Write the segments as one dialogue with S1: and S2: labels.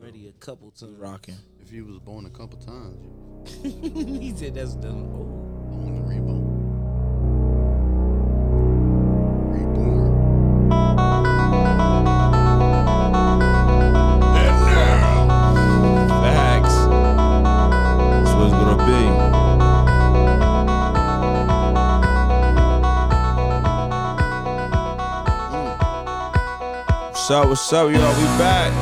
S1: already a couple times.
S2: Rocking.
S3: If you was born a couple times, you
S1: he said that's done.
S3: was born and reborn. Reborn.
S2: Facts. That's what it's gonna be. Mm. What's up? What's up, y'all? We back.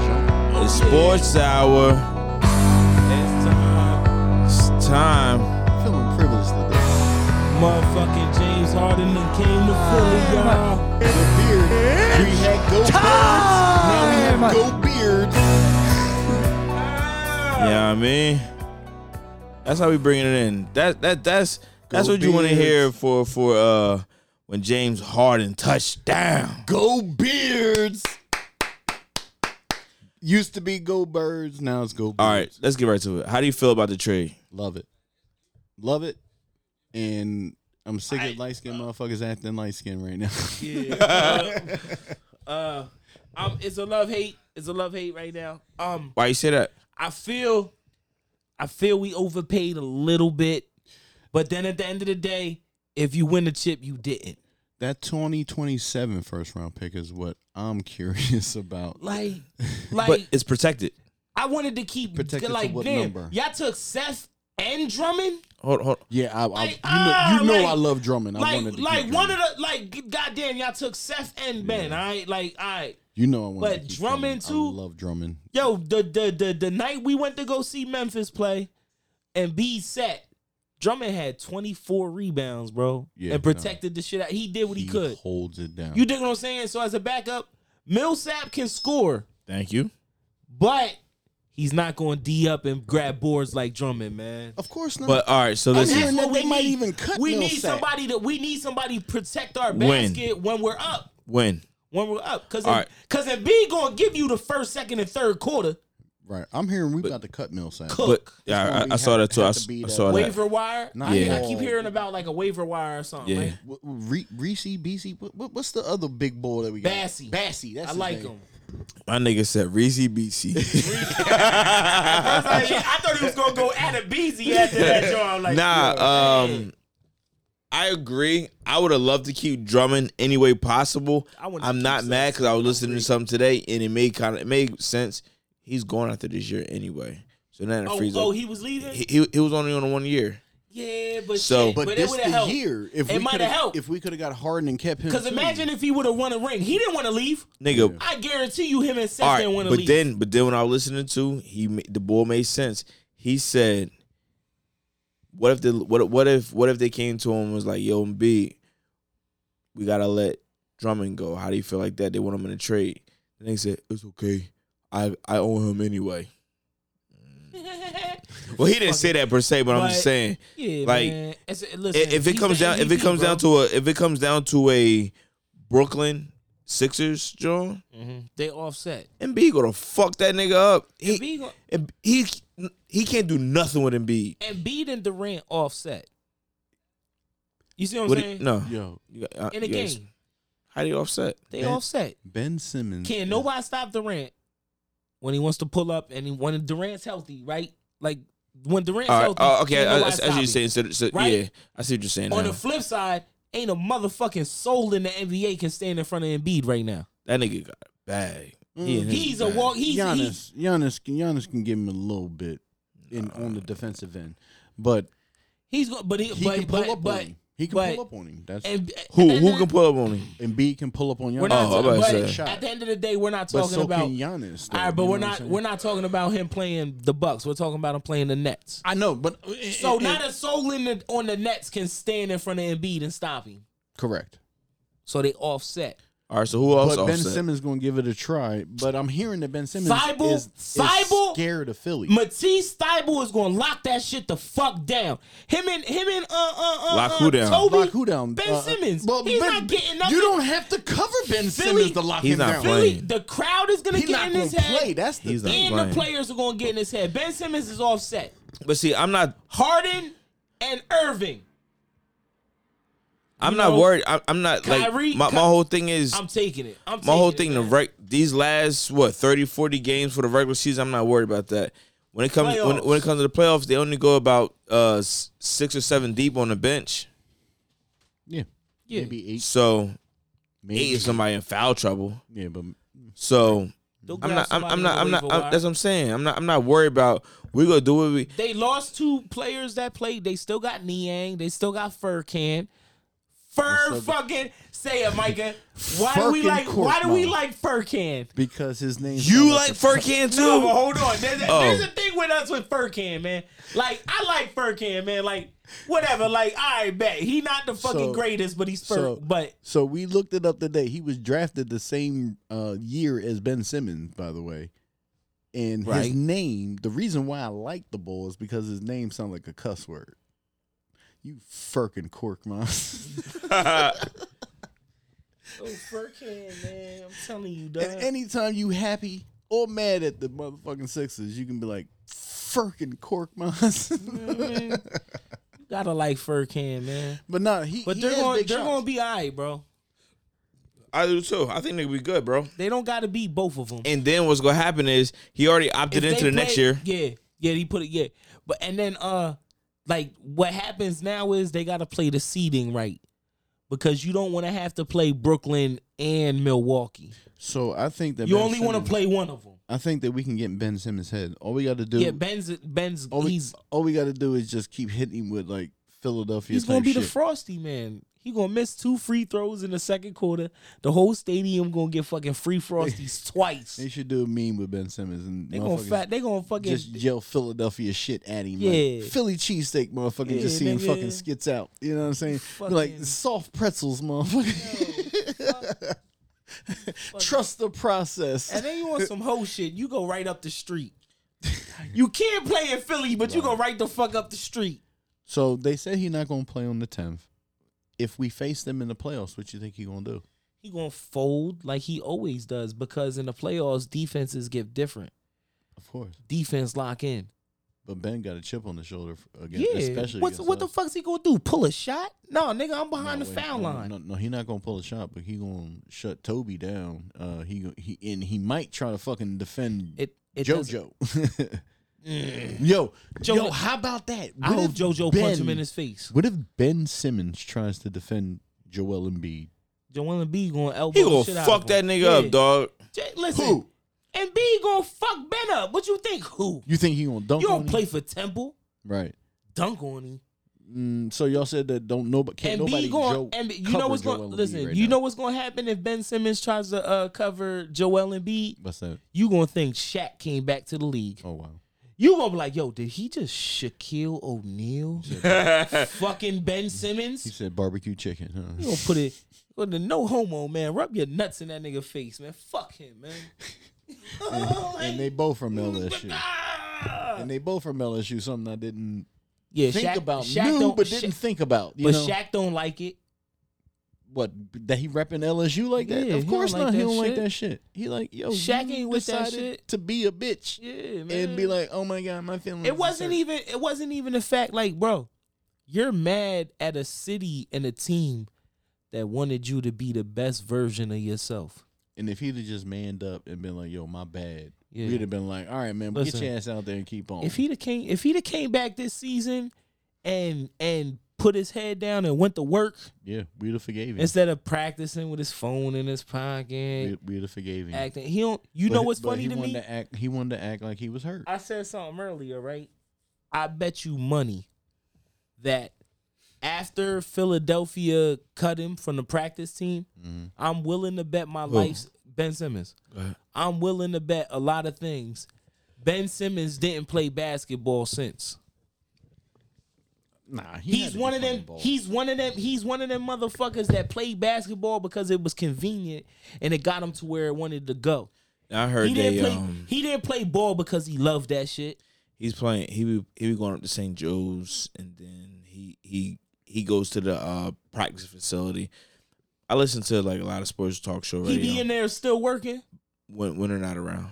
S3: Jump.
S2: It's Sports Hour.
S1: It's time.
S2: It's time.
S3: Feeling privileged today.
S1: Motherfucking James Harden done came to Philly, y'all.
S3: The beard. We had go
S4: time!
S3: beards. Now we have go beards.
S2: Yeah, I mean, that's how we bringing it in. That that that's that's
S3: Go
S2: what you want to
S3: Beards.
S2: hear for for uh when James Harden touched down.
S3: Go beards. Used to be go birds. Now it's go. Beards.
S2: All right, let's get right to it. How do you feel about the trade?
S3: Love it. Love it. And I'm sick of light skinned motherfuckers acting light skinned right now.
S1: Yeah. uh, uh, um, it's a love hate. It's a love hate right now. Um,
S2: Why you say that?
S1: I feel, I feel we overpaid a little bit, but then at the end of the day, if you win the chip, you didn't.
S3: that 2027 first round pick is what I'm curious about.
S1: Like, like
S2: But it's protected.
S1: I wanted to keep
S3: Protected to
S1: like
S3: what
S1: damn,
S3: number?
S1: Y'all took Seth and Drummond.
S2: Hold hold.
S3: Yeah, I, I,
S1: Like,
S3: you know,
S1: ah,
S3: you know
S1: like-
S3: I love Drummond. I wanted
S1: like,
S3: to
S1: like
S3: keep
S1: one
S3: Drummond.
S1: of the like, g- goddamn, y'all took Seth and Ben. All right, like, all right,
S3: you know I wanted
S1: but
S3: to keep
S1: Drummond,
S3: I
S1: too?
S3: love Drummond.
S1: yo, the the the the night we went to go see Memphis play, and B set. Drummond had 24 rebounds, bro,
S3: Yeah,
S1: and protected the shit out. He did what he, could.
S3: holds it down.
S1: You dig what I'm saying? So as a backup, Millsap can score,
S2: Thank you.
S1: but he's not going to d up and grab boards like Drummond, man.
S3: of course not.
S2: But all right, so listen.
S3: hearing- And then they might even cut
S1: We need
S3: Millsap.
S1: somebody to we need somebody to protect our
S2: When?
S1: basket when we're up.
S2: When
S1: When we're up, because
S2: All right.
S1: because if B gonna give you the first, second, and third quarter
S3: right, I'm hearing we about to cut Millsap.
S2: but
S1: cook
S2: yeah,
S3: gonna
S2: I- I,
S3: be
S2: I saw
S3: have-
S2: that too. I,
S3: have
S2: s-
S3: to be
S2: I
S3: that
S2: saw that.
S1: waiver wire.
S3: Not
S1: I, hear- I
S3: all-
S1: keep hearing about like a waiver wire or something.
S2: Yeah.
S1: right?
S3: W- w- Re- Reese, BC, what, what, what's the other big boy that we got?
S1: Bassy,
S3: Bassy, that's
S1: I
S3: his
S1: like
S3: name.
S1: him.
S2: My nigga said Reezy BC.
S1: I, was like, yeah, I thought he was gonna go Adabisi after that, Joe. I'm like,
S2: nah, um, I agree. I would have loved to keep drumming any way possible.
S1: I wouldn't
S2: I'm
S1: keep
S2: not
S1: saying
S2: mad because I was listening to something today and it made kind of it made sense. He's going after this year anyway, so now it
S1: oh,
S2: frees
S1: oh,
S2: up.
S1: he was leaving.
S2: He, he, he was only on one year.
S1: yeah, but
S2: So-
S1: shit,
S3: But,
S1: but, it
S3: this
S1: would
S3: the
S1: have helped.
S3: year. If we
S1: It might
S3: coulda-
S1: have helped.
S3: If we could have got Harden and kept him.
S1: Because
S3: too.
S1: imagine if he would have won a ring, he didn't want to leave.
S2: Nigga,
S1: I guarantee you, him and Seth
S2: All right,
S1: didn't want to
S2: but
S1: leave.
S2: then, but then when I was listening to he, ma- the bull made sense. He said, "What if the what if- what if what if they came to him and was like, yo, B, we gotta let Drummond go. How do you feel like that? They want him in a trade." And they said, "It's okay. I I own him anyway." Well, he didn't say that per se, but I'm just
S1: But-
S2: saying
S1: yeah,
S2: like,
S1: man. It's- listen,
S2: if, if it
S1: he's
S2: comes
S1: the
S2: down if it
S1: MVP,
S2: comes
S1: bro.
S2: down to a if it comes down to a Brooklyn Sixers, John,
S1: Mhm. they offset.
S2: and B gonna fuck that nigga up. He-
S1: Embiid go-
S2: And he he can't do nothing with Embiid.
S1: Embiid and Durant offset. You see what I'm
S2: What
S1: saying?
S2: he, no,
S3: Yo,
S2: You got- uh,
S1: In a
S2: you guys-
S1: game,
S2: How do you offset?
S1: they
S3: Ben-
S1: offset.
S3: Ben Simmons.
S1: Can nobody stop Durant when he wants to pull up and he, when Durant's healthy, right? Like when Durant's
S2: All right.
S1: healthy.
S2: Oh, okay.
S1: can't
S2: I, I,
S1: nobody
S2: I see
S1: stop
S2: what you're
S1: him.
S2: saying. So, so,
S1: Right?
S2: Yeah, I see what you're saying.
S1: On
S2: now.
S1: the flip side, ain't a motherfucking soul in the NBA can stand in front of Embiid right now.
S2: that nigga got a bag. He
S3: Mm.
S2: in his
S1: Mm-hmm. He's a
S2: bag.
S1: walk. He's, he's
S3: Giannis, Giannis, can, Giannis can give him a little bit in on the defensive end, but
S1: he's going, but he,
S3: he
S1: but,
S3: can pull
S1: but,
S3: up
S1: but,
S3: on him. He can
S1: but-
S3: pull up on him. That's and,
S1: and,
S2: Who
S1: and-
S2: who can pull up on him?
S3: B can pull up on Giannis.
S1: We're not.
S2: Oh, I'm about to
S1: but
S2: say.
S1: at the end of the day, we're not
S3: but
S1: talking
S3: so
S1: about.
S3: can Giannis.
S1: all right, but we're not. We're not talking about him playing the Bucks. We're talking about him playing the Nets.
S3: I know, but uh,
S1: So not a soul in the, on the Nets can stand in front of Embiid and stop him.
S3: correct.
S1: So they offset.
S2: All right. So who else
S3: But Ben
S2: offset?
S3: Simmons gonna give it a try. But I'm hearing that Ben Simmons
S1: Thibault-
S3: is, is
S1: Thibault-
S3: scared of Philly.
S1: Matisse Thybulle is gonna lock that shit the fuck down. Him and him and uh uh uh,
S2: Lock
S1: uh,
S2: who down?
S1: Toby,
S3: Lock who down?
S1: Ben
S3: Uh, uh,
S1: Simmons.
S3: well,
S1: he's
S3: Ben-
S1: not getting up.
S3: You don't have to cover Ben Simmons to lock
S2: He's
S3: him
S2: not
S3: down.
S2: playing.
S1: Philly, the crowd is gonna
S3: He's
S1: get
S3: not
S1: in
S3: gonna
S1: his
S3: play.
S1: head,
S3: That's the
S2: He's not
S3: thing.
S1: and
S2: playing.
S1: the players are gonna get in his head. Ben Simmons is offset.
S2: But see, I'm not.
S1: Harden and Irving.
S2: I'm
S1: you
S2: not
S1: know,
S2: worried. I, I'm not
S1: Kyrie-
S2: like my, my whole thing is
S1: I'm taking it. I'm
S2: my whole
S1: taking
S2: thing.
S1: it,
S2: The
S1: man.
S2: rec- these last what 30, 40 games for the regular season, I'm not worried about that. When it comes when, when it
S1: Playoffs.
S2: comes to the playoffs, they only go about uh s- six or seven deep on the bench.
S3: Yeah.
S1: Yeah.
S3: Maybe eight.
S2: So
S3: Maybe.
S2: eight is somebody in foul trouble.
S3: Yeah, but
S2: So
S1: They'll
S2: I'm
S1: grab
S2: not. I'm,
S1: somebody
S2: I'm
S1: on
S2: not.
S1: the
S2: I'm not.
S1: waiver
S2: I'm,
S1: wire.
S2: that's what I'm saying. I'm not. I'm not worried about. We gonna do what we.
S1: They lost two players that played. They still got Niang. They still got Furkan. Fur
S3: still
S1: fucking say it, Micah. Why do we
S3: Furkan
S1: like? Why do we
S3: Korkmaz.
S1: like Furkan?
S3: because his name.
S2: You like Furkan too?
S1: No, but hold on. There's a,
S2: Oh.
S1: there's a thing with us with Furkan, man. Like I like Furkan, man. Like whatever. Like all right, bet he not the fucking
S3: So-
S1: greatest, but he's Fur.
S3: so-
S1: but
S3: So we looked it up today. He was drafted the same uh, year as Ben Simmons, by the way. And
S2: Right.
S3: his name, the reason why I like the bull is because his name sounds like a cuss word. You furkin' cork mouse.
S1: oh, Furkan, man. I'm telling you, dog.
S3: and anytime you happy or mad at the motherfucking Sixers, you can be like, furkin' cork mouse.
S1: You gotta like Furkan, man.
S3: but no, he.
S1: But
S3: he
S1: they're
S3: has
S1: gonna
S3: big
S1: they're
S3: shots.
S1: gonna be all right, bro.
S2: I do too. I think they will be good, bro.
S1: They don't gotta beat both of them.
S2: And then what's gonna happen is he already opted
S1: If
S2: into
S1: they
S2: the next
S1: play-
S2: year.
S1: Yeah, yeah, he put it. Yeah, but and then uh, like what happens now is they got to play the seeding right because you don't want to have to play Brooklyn and Milwaukee.
S3: So I think that
S1: you
S3: Ben
S1: only want
S3: Simmons-
S1: to play one of them.
S3: I think that we can get in Ben Simmons' head. All we got to do.
S1: Yeah, Ben's Ben's
S3: All we,
S1: he's
S3: all we got to do is just keep hitting him with like Philadelphia.
S1: he's
S3: type
S1: gonna be the
S3: shit.
S1: frosty man. He gonna miss two free throws in the second quarter. The whole stadium gonna get fucking free frosties twice.
S3: They should do a meme with Ben Simmons and
S1: They gonna
S3: motherfuckers
S1: fat. They gonna fucking
S3: just yell Philadelphia shit at him.
S1: Yeah.
S3: Like, Philly cheesesteak, motherfucker.
S1: Yeah,
S3: just see him
S1: nigga.
S3: fucking skits out. You know what I'm saying? Be
S1: Fucking-
S3: Like soft pretzels, motherfucker. Trust the process.
S1: And then you want some whole shit, you go right up the street. You can't play in Philly, but you go right the fuck up the street.
S3: so they said he not gonna play on the 10th. If we face them in the playoffs, what you think he gonna do?
S1: He gonna fold like he always does because in the playoffs, defenses get different.
S3: Of course.
S1: Defense lock in.
S3: But Ben got a chip on the shoulder f- again,
S1: Yeah.
S3: especially
S1: What's,
S3: against
S1: what the
S3: us.
S1: fuck's he gonna do? Pull a shot? No, nigga, I'm behind
S3: No,
S1: the
S3: wait,
S1: foul
S3: no,
S1: line.
S3: No, no, he not gonna pull a shot, but he gonna shut Toby down. Uh, he go- he and he might try to fucking defend
S1: It, it doesn't-
S3: JoJo. yo,
S1: Jo-
S3: yo, how about that?
S1: I
S3: What
S1: hope
S3: if
S1: JoJo punch him in his face.
S3: What if Ben Simmons tries to defend Joel Embiid?
S1: Joel Embiid gonna elbow
S2: He
S1: the
S2: gonna
S1: shit out
S2: fuck
S1: of
S2: that
S1: him.
S2: nigga
S1: Yeah.
S2: up, dog.
S1: J- listen, who? Embiid gonna fuck Ben up. What you think? Who?
S3: You think he gonna dunk?
S1: You
S3: on
S1: don't
S3: him?
S1: play for Temple.
S3: right.
S1: Dunk on him.
S3: Mm, so y'all said that don't nobody can't
S1: and
S3: nobody
S1: B going
S3: Joe
S1: and B- you
S3: cover
S1: know what's going
S3: Joel Embiid
S1: listen,
S3: right
S1: you
S3: now.
S1: know what's going to happen if Ben Simmons tries to uh, cover Joel Embiid,
S3: what's that?
S1: you going to think Shaq came back to the league.
S3: Oh wow.
S1: You going to be like, "Yo, did he just Shaquille O'Neal fucking Ben
S3: He
S1: Simmons?"
S3: said barbecue chicken.
S1: You
S3: Huh?
S1: going to put it with the no homo, man. Rub your nuts in that nigga face, man. Fuck him, man.
S3: and they both from LSU.
S1: Ah!
S3: And they both from LSU. Something I didn't
S1: yeah,
S3: think
S1: Shaq,
S3: about
S1: Shaq
S3: knew
S1: don't,
S3: but
S1: Shaq-
S3: didn't think about. You
S1: but
S3: know
S1: Shaq don't like it.
S3: what that he repping LSU like that?
S1: Yeah, he
S3: of
S1: don't
S3: course
S1: like
S3: not. He
S1: that
S3: don't like
S1: shit.
S3: that shit. He like yo.
S1: Shaq
S3: you
S1: ain't with that
S3: decided
S1: shit.
S3: to be a bitch
S1: Yeah, man.
S3: and be like, oh my god, my feelings.
S1: it wasn't
S3: are-
S1: even it wasn't even the fact like bro you're mad at a city and a team that wanted you to be the best version of yourself
S3: And if he'd have just manned up and been like, yo, my bad,
S1: e- Yeah.
S3: we'd have been like, all right, man, but get
S1: Listen,
S3: your ass out there and keep on.
S1: if he'd have came if he'd have came back this season and and put his head down and went to work
S3: yeah, we'd have forgave him.
S1: instead of practicing with his phone in his pocket
S3: We'd, we'd have forgave him.
S1: acting he don't you
S3: But-
S1: know what's
S3: but
S1: funny
S3: he
S1: to
S3: wanted
S1: me
S3: To act, he wanted to act like he was hurt.
S1: I said something earlier, right? I bet you money that after Philadelphia cut him from the practice team,
S2: Mm-hmm.
S1: I'm willing to bet my life's Ben Simmons. I'm willing to bet a lot of things. Ben Simmons didn't play basketball since.
S3: nah, he had
S1: He's
S3: to be
S1: one of
S3: playing
S1: them.
S3: ball.
S1: He's one of them. He's one of them motherfuckers that played basketball because it was convenient and it got him to where it wanted to go.
S2: I heard
S1: He
S2: they
S1: didn't play.
S2: um
S1: He didn't play ball because he loved that shit.
S2: he's playing he be he be going up to St. Joe's and then he he he goes to the uh practice facility. I listen to like a lot of sports talk show
S1: He be
S2: radio
S1: in there still working.
S2: when when they're not around.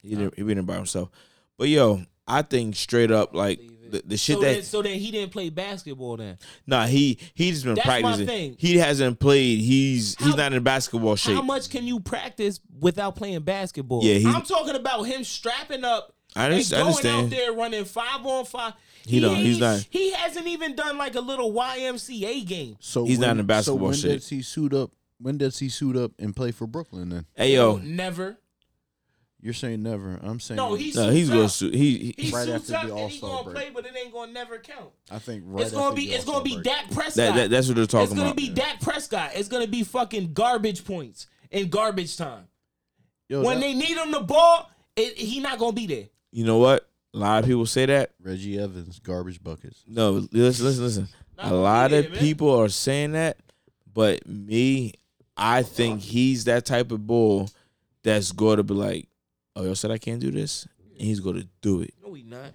S2: He didn't he been there by himself. But yo, I think straight up like the, the shit
S1: so,
S2: that
S1: then, so then he didn't play basketball then.
S2: nah he he's been
S1: That's my
S2: practicing.
S1: thing.
S2: He hasn't played. He's
S1: How-
S2: he's not in basketball shape.
S1: How much can you practice without playing basketball?
S2: Yeah, he-
S1: I'm talking about him strapping up.
S2: I
S1: and
S2: under- I
S1: going out
S2: understand.
S1: there running five on five.
S2: He don't- he's not-
S1: He hasn't even done like a little YMCA game.
S3: So
S2: He's not in
S3: So
S2: basketball
S3: when
S2: shape.
S3: does he suit up? When does he suit up and play for Brooklyn? Then
S2: Hey yo,
S1: never.
S3: you're saying never. I'm saying
S1: No, he's
S2: no, he's gonna
S1: up.
S2: sue. He, he
S1: He
S3: Right
S1: suits
S3: after the
S1: up and he's
S3: All-Star
S1: gonna
S3: break.
S1: play, but it ain't gonna never count.
S3: I think right.
S1: it's gonna
S3: after
S1: be
S3: the
S1: it's gonna be
S3: All-Star break.
S1: Dak Prescott.
S2: that, that that's what they're talking
S1: it's gonna
S2: about.
S1: be Dak Prescott. It's gonna be fucking garbage points in garbage time.
S3: Yo,
S1: when
S3: that-
S1: they need him the ball, it, he not gonna be there.
S2: you know what? A lot of people say that.
S3: Reggie Evans garbage buckets.
S2: No, listen, listen, listen.
S1: Nah,
S2: a lot
S1: yeah,
S2: of
S1: man.
S2: people are saying that, but me, I think he's that type of bull that's going to be like, "Oh, y'all said I can't do this," and he's going to do it.
S1: No, he not.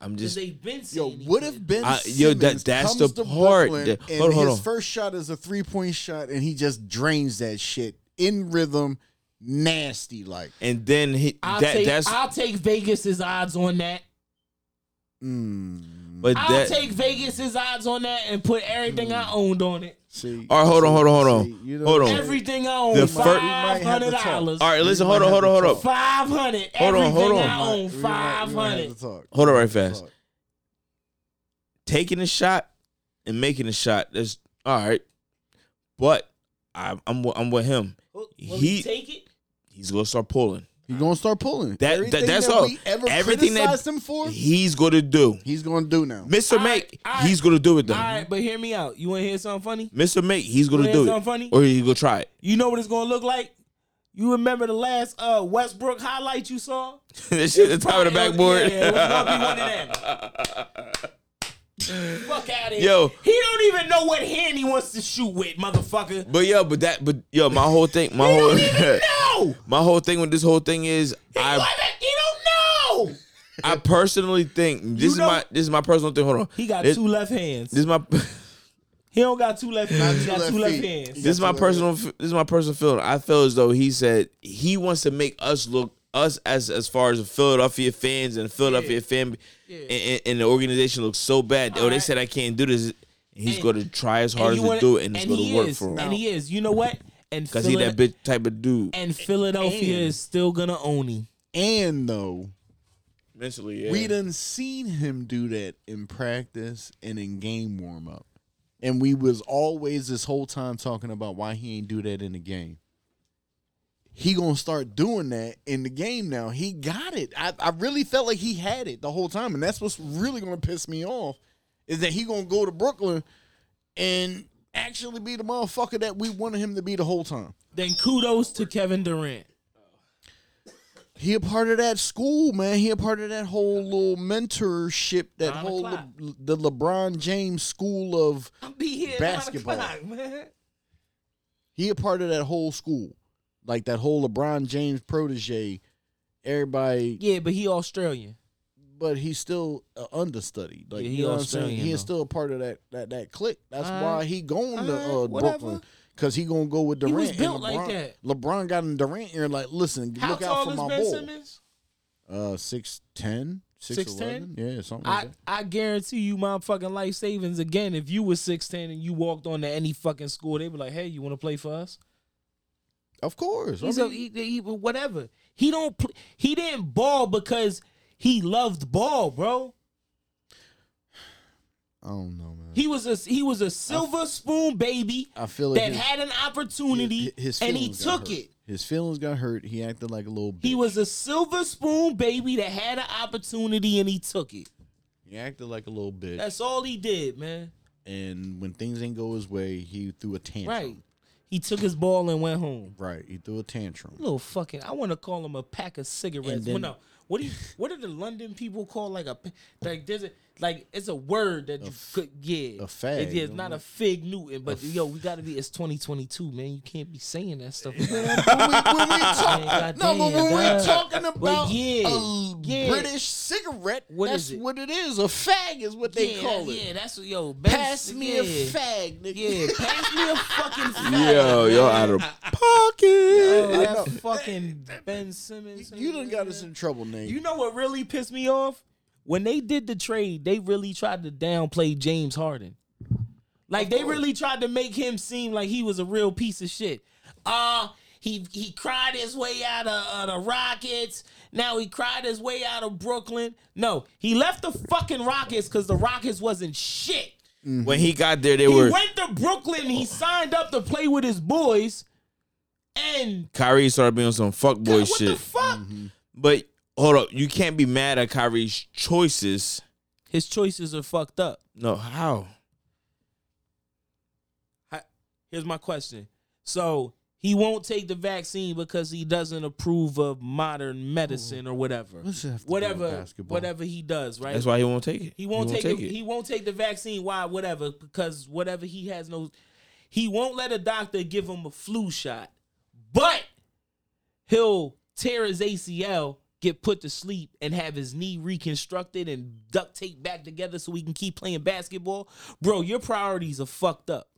S2: I'm
S1: Because
S2: just
S1: they been
S3: Yo,
S1: saying he
S3: what
S1: could.
S3: if Ben
S2: I-
S3: Simmons
S2: yo, that- that's
S3: comes
S2: the
S3: to
S2: part
S3: Brooklyn
S2: that-
S3: and
S2: hold on, hold
S3: his
S2: on.
S3: first shot is a three point shot, and he just drains that shit in rhythm, nasty like.
S2: and then he,
S1: I'll
S2: that
S1: take
S2: that's
S1: I'll take Vegas's odds on that.
S3: Mm,
S2: but
S1: I'll
S2: that
S1: take Vegas's odds on that and put everything I
S3: Mm.
S1: owned on it.
S3: see,
S2: All right, hold on, hold on, hold
S3: see,
S2: on.
S3: you know
S2: Hold
S3: what
S2: on.
S3: I'm saying?
S1: Everything I own,
S2: Oh. The fir- We
S3: might
S1: five
S3: have to
S1: hundred
S3: talk.
S1: dollars.
S2: all right. Listen,
S3: We might
S2: hold on,
S3: have
S2: hold
S3: to
S2: on, hold
S3: talk.
S2: up,
S1: Five hundred.
S2: Hold on, hold
S1: Everything
S2: on.
S1: I
S3: We
S1: own,
S3: might- we might-
S1: five
S3: we might have
S1: hundred.
S3: to talk.
S2: Hold
S3: We
S2: on right
S3: might have to
S2: fast.
S3: talk.
S2: taking a shot and making a shot. That's all right, but I'm I'm with- I'm with him.
S1: Will
S2: He-
S1: he take it?
S2: He's going to start pulling.
S3: He's gonna start pulling.
S2: that-
S3: everything
S2: that's
S3: that
S2: all.
S3: we ever
S2: Everything that-
S3: criticized him for,
S2: He's going to do.
S3: he's gonna do now.
S1: All
S2: Mr. Make,
S1: right, all right.
S2: he's gonna do it though.
S1: All right, but hear me out. You want to hear something funny?
S2: Mr. Make, he's gonna
S1: Wanna
S2: do
S1: hear
S2: it,
S1: something funny?
S2: or he gonna try it.
S1: You know what it's gonna look like? You remember the last uh, Westbrook highlight you saw?
S2: this shit, the top of the
S1: Yeah,
S2: backboard.
S1: yeah, it was gonna be one of them. Fuck out of here.
S2: Yo.
S1: He don't even know what hand he wants to shoot with, motherfucker.
S2: but yo, but that, but yo, my whole thing, my
S1: He
S2: whole,
S1: don't even know.
S2: my whole thing with this whole thing is,
S1: I,
S2: I,
S1: he don't know.
S2: I personally think this is
S1: know-
S2: my, this is my personal thing. Hold on,
S1: He got
S2: this,
S1: two left hands.
S2: This is my, this
S1: he don't got two left hands. He got
S3: left
S1: two left
S3: feet.
S1: hands.
S2: is my personal, f- this is my personal feeling. I feel as though he said he wants to make us look us as as far as Philadelphia fans and Philadelphia fan and, and, and the organization looks so bad. oh, they
S1: Alright.
S2: said I can't do this. He's
S1: And-
S2: going to try as hard
S1: And
S2: as
S1: you
S2: he
S1: wanna-
S2: do it, and it's going
S1: he
S2: to work
S1: is,
S2: for him.
S1: And he is. You know what? And
S2: Cause he that
S1: Philad-
S2: bitch type of dude.
S1: And Philadelphia is still gonna own him.
S3: And though
S2: Mentally, yeah.
S3: we done seen him do that in practice and in game warm up, and we was always this whole time talking about why he ain't do that in the game. He gonna start doing that in the game now. He got it. I, I really felt like he had it the whole time, and that's what's really gonna piss me off is that he gonna go to Brooklyn and actually be the motherfucker that we wanted him to be the whole time.
S1: Then kudos to Kevin Durant.
S3: he a part of that school, man. He a part of that whole little mentorship, that
S1: Nine
S3: whole
S1: o'clock.
S3: Le- the LeBron James school of.
S1: I'll be here.
S3: nine Basketball. o'clock,
S1: man.
S3: He a part of that whole school, like that whole LeBron James protege. Everybody,
S1: Yeah, but he Australian.
S3: but he's still a understudy. Like
S1: Yeah, he
S3: you know what I'm saying?
S1: Australian,
S3: He is
S1: though.
S3: still a part of that that that clique. That's
S1: Alright.
S3: why he going to uh,
S1: Alright, whatever.
S3: Brooklyn because he gonna go with
S1: He
S3: Durant.
S1: was
S3: and
S1: built like
S3: LeBron-
S1: that.
S3: LeBron got in Durant ear like, listen,
S1: How
S3: look out
S1: tall
S3: for
S1: is
S3: my
S1: Ben
S3: boy.
S1: Simmons?
S3: Uh, six ten.
S1: 6'10"?
S3: Yeah, something like
S1: I,
S3: that.
S1: I guarantee you my fucking life savings again. If you was 16 and you walked on to any fucking school, they'd be like, hey, you want to play for us?
S3: Of course. I
S1: He's
S3: mean-
S1: a, he, he- whatever. He don't pl- he didn't ball because he loved ball, bro.
S3: I don't know, man.
S1: He was a he was a silver spoon baby
S3: I feel like
S1: that
S3: his-
S1: had an opportunity
S3: hi- his
S1: and he
S3: feelings got
S1: took
S3: hurt.
S1: it.
S3: His feelings got hurt. He acted like a little. Bitch.
S1: He was a silver spoon baby that had an opportunity and he took it.
S3: He acted like a little bitch.
S1: That's all he did, man.
S3: and when things didn't go his way, he threw a tantrum.
S1: Right. He took his ball and went home.
S3: Right. He threw a tantrum.
S1: Little fucking. I want to call him a pack of cigarettes.
S3: And then-
S1: well, no. What do you, What do the London people call like a p- like? There's a like it's a word that you could yeah
S3: a fag,
S1: It- yeah, it's
S3: I'm
S1: not a
S3: like-
S1: fig Newton, but yo, we gotta be. It's 2022, man. You can't be saying that stuff.
S3: when we, when we talk,
S1: Man,
S3: no, but when
S1: goddamn,
S3: we
S1: dog.
S3: talking
S1: But
S3: about
S1: yeah,
S3: a
S1: yeah.
S3: British cigarette,
S1: What
S3: that's
S1: is it?
S3: what it is. A fag is what they
S1: yeah,
S3: call it.
S1: yeah, that's what yo. Ben-
S3: Pass me a
S1: yeah.
S3: fag, nigga.
S1: Yeah, pass me a fucking fag.
S2: yo, yo, out of pocket.
S1: Yo,
S3: I know.
S1: that fucking Ben Simmons.
S3: You done got us in trouble, nigga.
S1: You know what really pissed me off when they did the trade, they really tried to downplay James Harden. Like they really tried to make him seem like he was a real piece of shit. Uh he he cried his way out of uh, the Rockets. Now he cried his way out of Brooklyn. No, he left the fucking Rockets because the Rockets wasn't shit.
S2: When he got there, they
S1: Mm-hmm. He
S2: were
S1: went to Brooklyn. He signed up to play with his boys, and
S2: Kyrie started being on some fuckboy
S1: God, what
S2: shit. Mm-hmm.
S1: the fuck?
S2: but hold up, you can't be mad at Kyrie's choices.
S1: His choices are fucked up.
S2: No, how?
S1: I- Here's my question. So he won't take the vaccine because he doesn't approve of modern medicine or whatever.
S3: Let's have to go with
S1: Whatever,
S3: basketball.
S1: whatever he does, right?
S2: That's why he won't take it.
S1: He won't, take, the,
S2: it.
S1: he won't take the vaccine. Why? Whatever, because whatever he has no, he won't let a doctor give him a flu shot, but he'll tear his ACL, get put to sleep, and have his knee reconstructed and duct taped back together so he can keep playing basketball. Bro, your priorities are fucked up.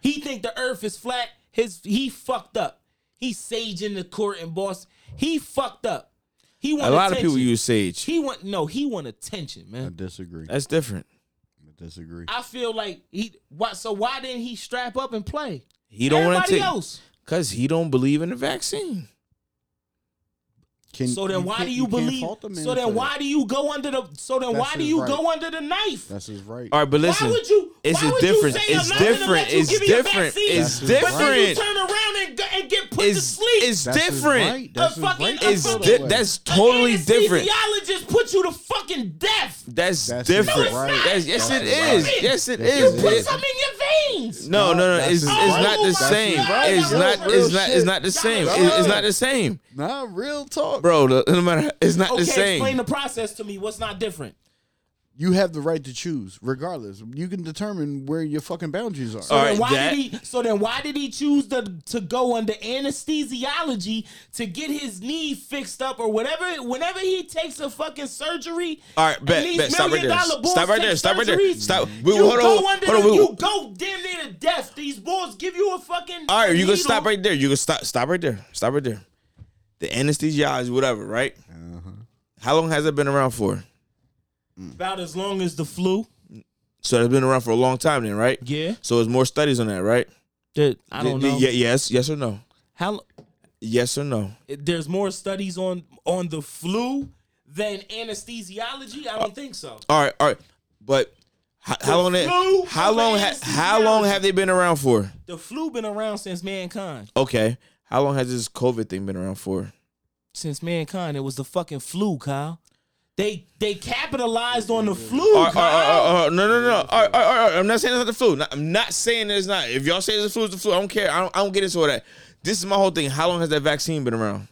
S1: He think the earth is flat. His he fucked up. He saging the court in Boston. He fucked up. He want
S2: a lot of people
S1: attention.
S2: use Sage.
S1: He want no, he want attention,
S3: I
S1: man.
S3: disagree. I
S2: That's different.
S3: disagree.
S1: I feel like he why so why didn't he strap up and play?
S2: He don't want to
S1: Everybody
S2: take
S1: else.
S2: because he don't believe in the vaccine.
S3: Can,
S1: So then why
S3: can't-
S1: do you
S3: can't
S1: believe
S3: fault the man
S1: So
S3: for
S1: then
S3: that.
S1: why do you go under the so then
S3: That's
S1: why do
S3: his
S1: you
S3: right.
S1: go under the knife?
S3: That's his right.
S2: All right, but listen,
S1: why would you
S2: it's
S1: why
S2: a
S1: would
S2: difference.
S1: You say,
S2: It's
S1: I'm not gonna
S2: different.
S1: let you
S2: It's
S1: give me a
S2: different.
S1: vaccine,
S3: That's
S2: It's
S3: his
S1: But then you
S2: different.
S1: turn around and, go- and get put to
S2: It's
S1: sleep.
S2: it's
S3: That's his
S2: different.
S3: right. That's
S1: A
S3: his
S1: fucking-
S3: right
S1: a
S3: to
S2: It's
S3: feel
S1: fucking-
S3: that
S2: di-
S3: way.
S2: that's totally different.
S1: Anesthesiologist put you to fucking death.
S2: That's
S3: That's his
S2: different.
S1: right.
S2: That's yes,
S3: That's
S2: it
S3: his
S2: is.
S1: right.
S2: Yes, it
S3: That's
S1: You
S2: is.
S3: his
S1: put
S2: It-
S3: right.
S1: something in your veins.
S2: No, no, no.
S3: that's
S2: It's it's
S3: his
S2: not
S1: right.
S2: the
S1: That's his
S2: same.
S1: right.
S2: It's
S1: Yo,
S2: not.
S1: real
S2: It's not. It's
S3: shit.
S2: not the same.
S1: Yo.
S2: It's it's not the same,
S3: Nah, real talk.
S2: bro. the- No matter. It's not
S1: okay,
S2: the
S1: explain
S2: same.
S1: the process to me. What's not different?
S3: You have the right to choose, regardless. You can determine where your fucking boundaries are.
S1: So
S2: All
S1: then
S2: right,
S1: why
S2: that-
S1: did he? So then why did he choose to to go under anesthesiology to get his knee fixed up or whatever? Whenever he takes a fucking surgery,
S2: All right,
S1: and
S2: bet,
S1: these
S2: bet. Stop right there.
S1: million-dollar bulls
S2: Stop right
S1: take
S2: there. Stop right there.
S1: surgeries,
S2: Stop.
S1: You
S2: We- hold
S1: go
S2: on,
S1: under.
S2: hold on,
S1: the-
S2: we-
S1: you go damn near to death. These bulls give you a fucking.
S2: All right, you
S1: needle.
S2: can stop right there. You can stop. Stop right there. Stop right there. The anesthesiologist, whatever, right?
S1: Uh-huh.
S2: How long has it been around for?
S1: About as long as the flu.
S2: So it's been around for a long time, then, right?
S1: Yeah.
S2: So there's more studies on that, right?
S1: Dude, I don't know
S2: Yeah, yes, yes or no?
S1: how.
S2: Yes or no?
S1: There's more studies on on the flu than anesthesiology. I
S2: Uh,
S1: don't think so.
S2: All right, all right. But how, how long?
S1: flu
S2: That, how
S1: of
S2: long? Ha, how long
S1: anesthesiology.
S2: have they been around for?
S1: The flu been around since mankind.
S2: Okay. How long has this COVID thing been around for?
S1: Since mankind, it was the fucking flu, Kyle. They they capitalized on the flu,
S2: All right, all right,
S1: Kyle.
S2: all right, all right. no, no, no. All right, all right, all right. I'm not saying it's not the flu. No, I'm not saying that it's not. If y'all say it's the flu, it's the flu. I don't care. I don't, I don't get into all that. This is my whole thing. How long has that vaccine been around?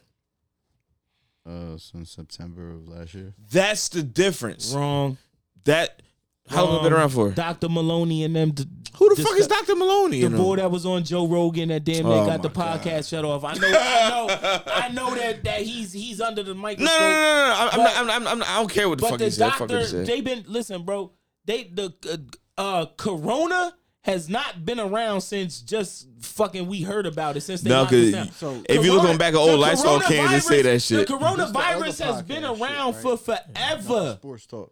S3: Uh, since September of last year.
S2: That's the difference.
S1: Wrong.
S2: That how long has it been around for?
S1: Dr. Maloney and them. d-
S2: Who the
S1: dis-
S2: fuck is Dr. Maloney?
S1: The
S2: in
S1: boy that was on Joe Rogan that damn near
S2: Oh
S1: got the
S2: my
S1: podcast shut off. I know, I know, I know that that he's he's under the
S2: no,
S1: microscope.
S2: no, no, no, no. I'm, I'm,
S1: But-
S2: not, I'm, not- I'm, not- I don't care what the
S1: But
S2: fuck
S1: the
S2: he said. Fuck what he
S1: doctor,
S2: said.
S1: they been listen, bro. They the uh, uh, Corona has not been around since just fucking we heard about it since they
S2: No,
S1: locked us
S2: 'cause
S1: down.
S2: y- if you look on back of old
S1: the
S2: Lysol cans, they say that shit.
S1: The
S3: That's
S1: coronavirus
S3: the
S1: has
S3: other
S1: been
S3: podcast
S1: around
S3: shit,
S1: for
S3: right?
S1: forever.
S3: Sports talk.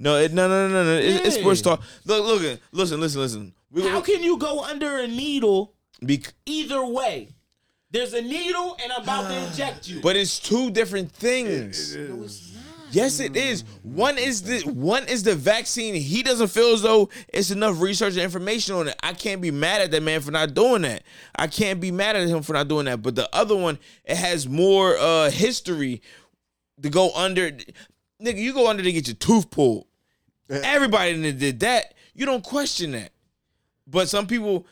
S2: no, it, no, no, no, no, no. It's, it's
S1: Yeah.
S2: sports talk. Look, look, listen, listen, listen. We,
S1: How can you go under a needle
S2: be,
S1: either way? There's a needle and I'm about to inject you.
S2: But it's two different things. Yes, it is. One is the one is the vaccine. He doesn't feel as though it's enough research and information on it. I can't be mad at that man for not doing that. I can't be mad at him for not doing that. But the other one, it has more uh history to go under. Nigga, you go under to get your tooth pulled. Everybody that did that, you don't question that. But some people,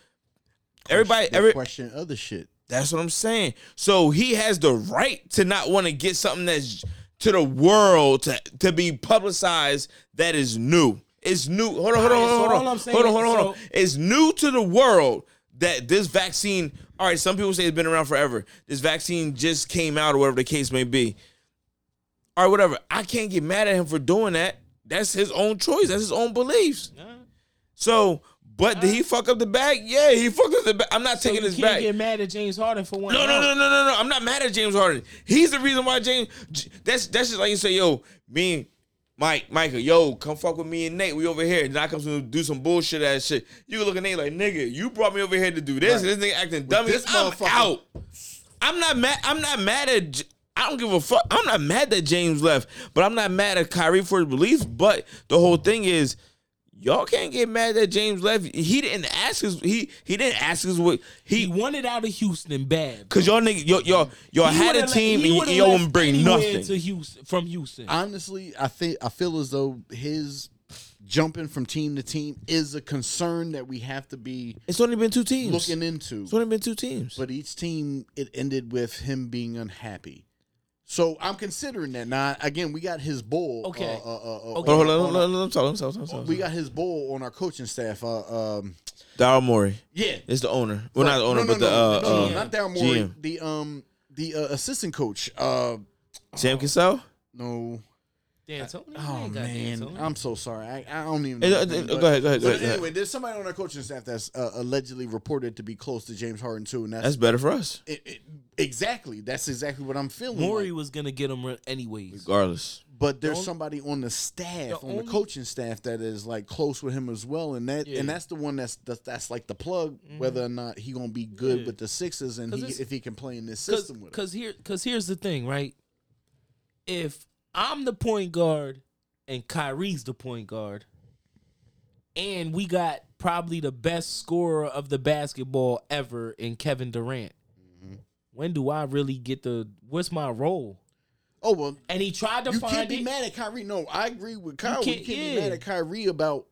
S2: everybody,
S3: They
S2: every
S3: question other shit.
S2: that's what I'm saying. So he has the right to not want to get something that's to the world to, to be publicized that is new. It's new. Hold on,
S1: Alright, so
S2: hold on, hold on,
S1: all
S2: hold on,
S1: I'm saying
S2: hold on, hold on,
S1: is-
S2: hold on.
S1: so-
S2: It's new to the world that this vaccine. All right, some people say it's been around forever. This vaccine just came out, or whatever the case may be. All right, whatever. I can't get mad at him for doing that. That's his own choice. That's his own beliefs. So, But did he fuck up the bag? Yeah, he fucked up the bag. I'm not
S1: So
S2: taking
S1: you
S2: his
S1: can't
S2: back.
S1: get mad at James Harden for one.
S2: No, no,
S1: out.
S2: no, no, no, no. I'm not mad at James Harden. He's the reason why James. J- That's that's just like you say, yo, me and Mike, Michael, yo, come fuck with me and Nate. We over here. And I come to do some bullshit ass shit. You look at Nate like, nigga, you brought me over here to do this. And this nigga acting dumb.
S3: this
S2: I'm
S3: motherfucker-
S2: out. I'm not mad. I'm not mad at. J- I don't give a fuck. I'm not mad that James left, but I'm not mad at Kyrie for his beliefs. But the whole thing is, y'all can't get mad that James left. He didn't ask us. He he didn't ask us what
S1: He wanted out of Houston bad.
S2: Cause y'all niggas, y'all y'all, y'all
S1: He
S2: had a
S1: would've le-
S2: team
S1: he
S2: and y-
S1: would've
S2: y'all
S1: left
S2: wouldn't bring
S1: anywhere
S2: nothing.
S1: to Houston from Houston.
S3: Honestly, I think I feel as though his jumping from team to team is a concern that we have to be
S2: it's only been two teams.
S3: looking into.
S2: it's only been two teams.
S3: But each team, it ended with him being unhappy. So I'm considering that now. Again, we got his bull. uh,
S1: Okay.
S3: Uh, uh, uh,
S1: Okay.
S2: hold on, hold on, hold on, hold on, I'm sorry, I'm sorry, I'm sorry, I'm
S3: We
S2: sorry.
S3: got his bull on our coaching staff. Uh, um,
S2: Daryl Morey
S3: yeah.
S2: is the owner. Well, not the owner,
S3: no, no,
S2: but
S3: no,
S2: the uh,
S3: no, no,
S2: uh,
S3: not Daryl Morey.
S2: GM.
S3: The um the uh, assistant coach. Uh,
S2: Sam Cassell.
S3: no.
S1: D'Antoni? You
S3: Oh
S1: ain't got
S3: man,
S1: D'Antoni.
S3: I'm so sorry. I, I don't even.
S2: Hey,
S3: know
S2: uh,
S3: his name,
S2: uh,
S3: but-
S2: go ahead, go
S3: but
S2: ahead, go ahead, go ahead.
S3: anyway, there's somebody on our coaching staff that's uh, allegedly reported to be close to James Harden too, and that's,
S2: That's better for us,
S3: it, it, exactly that's exactly what I'm feeling.
S1: Morey
S3: like.
S1: was gonna get him re- anyways.
S2: regardless.
S3: But there's
S1: only-
S3: somebody on the staff,
S1: the
S3: on
S1: only-
S3: the coaching staff, that is like close with him as well, and that
S1: Yeah. Mm-hmm.
S3: and that's the one that's that's, that's like the plug, whether or not he gonna be good
S1: Yeah.
S3: with the Sixers and
S1: 'Cause
S3: he,
S1: it's-
S3: if he can play in this
S1: Cause,
S3: system with it.
S1: cause here, cause here's the thing, right? If I'm the point guard and Kyrie's the point guard, and we got probably the best scorer of the basketball ever in Kevin Durant,
S3: Mm-hmm.
S1: when do I really get the? What's my role?
S3: Oh well,
S1: And he tried to
S3: you
S1: find
S3: can't be
S1: it.
S3: mad at Kyrie. No, I agree with Kyrie. You can't,
S1: can't-
S3: be
S1: yeah.
S3: mad at Kyrie about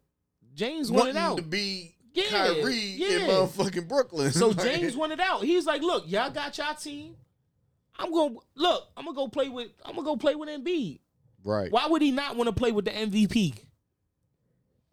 S1: James wanted
S3: wanting
S1: out.
S3: to be
S1: Yeah,
S3: Kyrie in
S1: yeah.
S3: motherfucking Brooklyn.
S1: So
S3: Like,
S1: James wanted out. He's like, look, y'all got y'all team. I'm gonna look. I'm gonna go play with. I'm gonna go play with Embiid.
S3: right?
S1: Why would he not want to play with the MVP?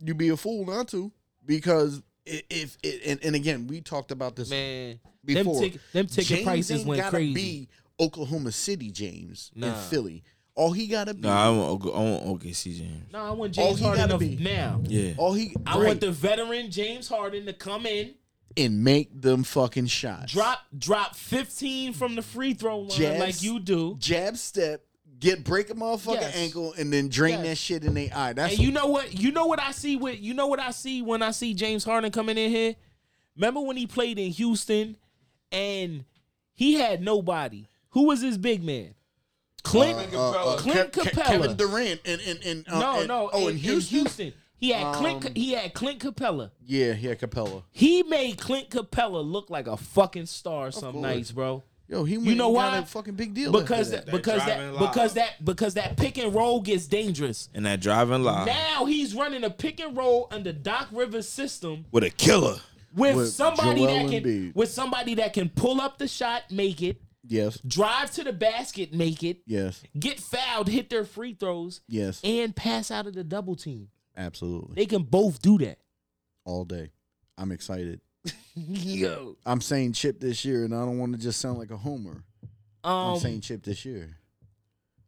S3: You be a fool not to because i- if, if and, and again we talked about this
S1: Man,
S3: before.
S1: them, tic- them ticket
S3: James
S1: prices
S3: ain't
S1: went
S3: gotta
S1: crazy.
S3: Be Oklahoma City James in
S1: Nah.
S3: Philly. All he gotta be.
S2: No, I want I want OKC James.
S1: No, I want
S3: All
S1: James
S3: he
S1: Harden
S3: gotta
S1: of
S3: be-
S1: now.
S2: Yeah,
S3: All he.
S1: I
S3: right,
S1: want the veteran James Harden to come in,
S3: and make them fucking shots.
S1: drop drop 15 from the free throw line
S3: Jabs.
S1: like you do.
S3: jab step, get break a motherfucking
S1: Yes.
S3: ankle, and then drain
S1: Yes.
S3: that shit in their eye. That's
S1: And you know what? You know what I see with you know what I see when I see James Harden coming in here? Remember when he played in Houston and he had nobody. Who was his big man? Clint
S3: uh, uh,
S1: Clint
S3: Kev- Kev-
S1: Capella.
S3: Kevin Durant, and and and uh,
S1: no,
S3: and-
S1: no.
S3: oh, in, Houston,
S1: He had Clint
S3: Um,
S1: he had Clint Capella.
S3: yeah, yeah, Capella.
S1: He made Clint Capella look like a fucking star some
S3: course.
S1: nights, bro.
S3: Yo, he went
S1: know
S3: and
S1: why?
S3: got a fucking big deal
S1: Because
S3: after that.
S1: that, because that
S2: driving
S1: because
S2: live.
S1: that because that pick and roll gets dangerous.
S2: and that driving
S3: Uh.
S2: live
S1: Now he's running a pick and roll under Doc Rivers' system
S2: with a killer.
S1: with,
S3: With
S1: somebody
S3: Joel
S1: that can
S3: Embiid.
S1: with somebody that can pull up the shot, make it,
S3: yes,
S1: drive to the basket, make it,
S3: yes,
S1: get fouled, hit their free throws,
S3: yes,
S1: and pass out of the double team.
S3: absolutely,
S1: They can both do that.
S3: all day. I'm excited.
S1: Yo.
S3: I'm saying chip this year, and I don't want to just sound like a homer. I'm
S1: Um
S3: saying chip this year.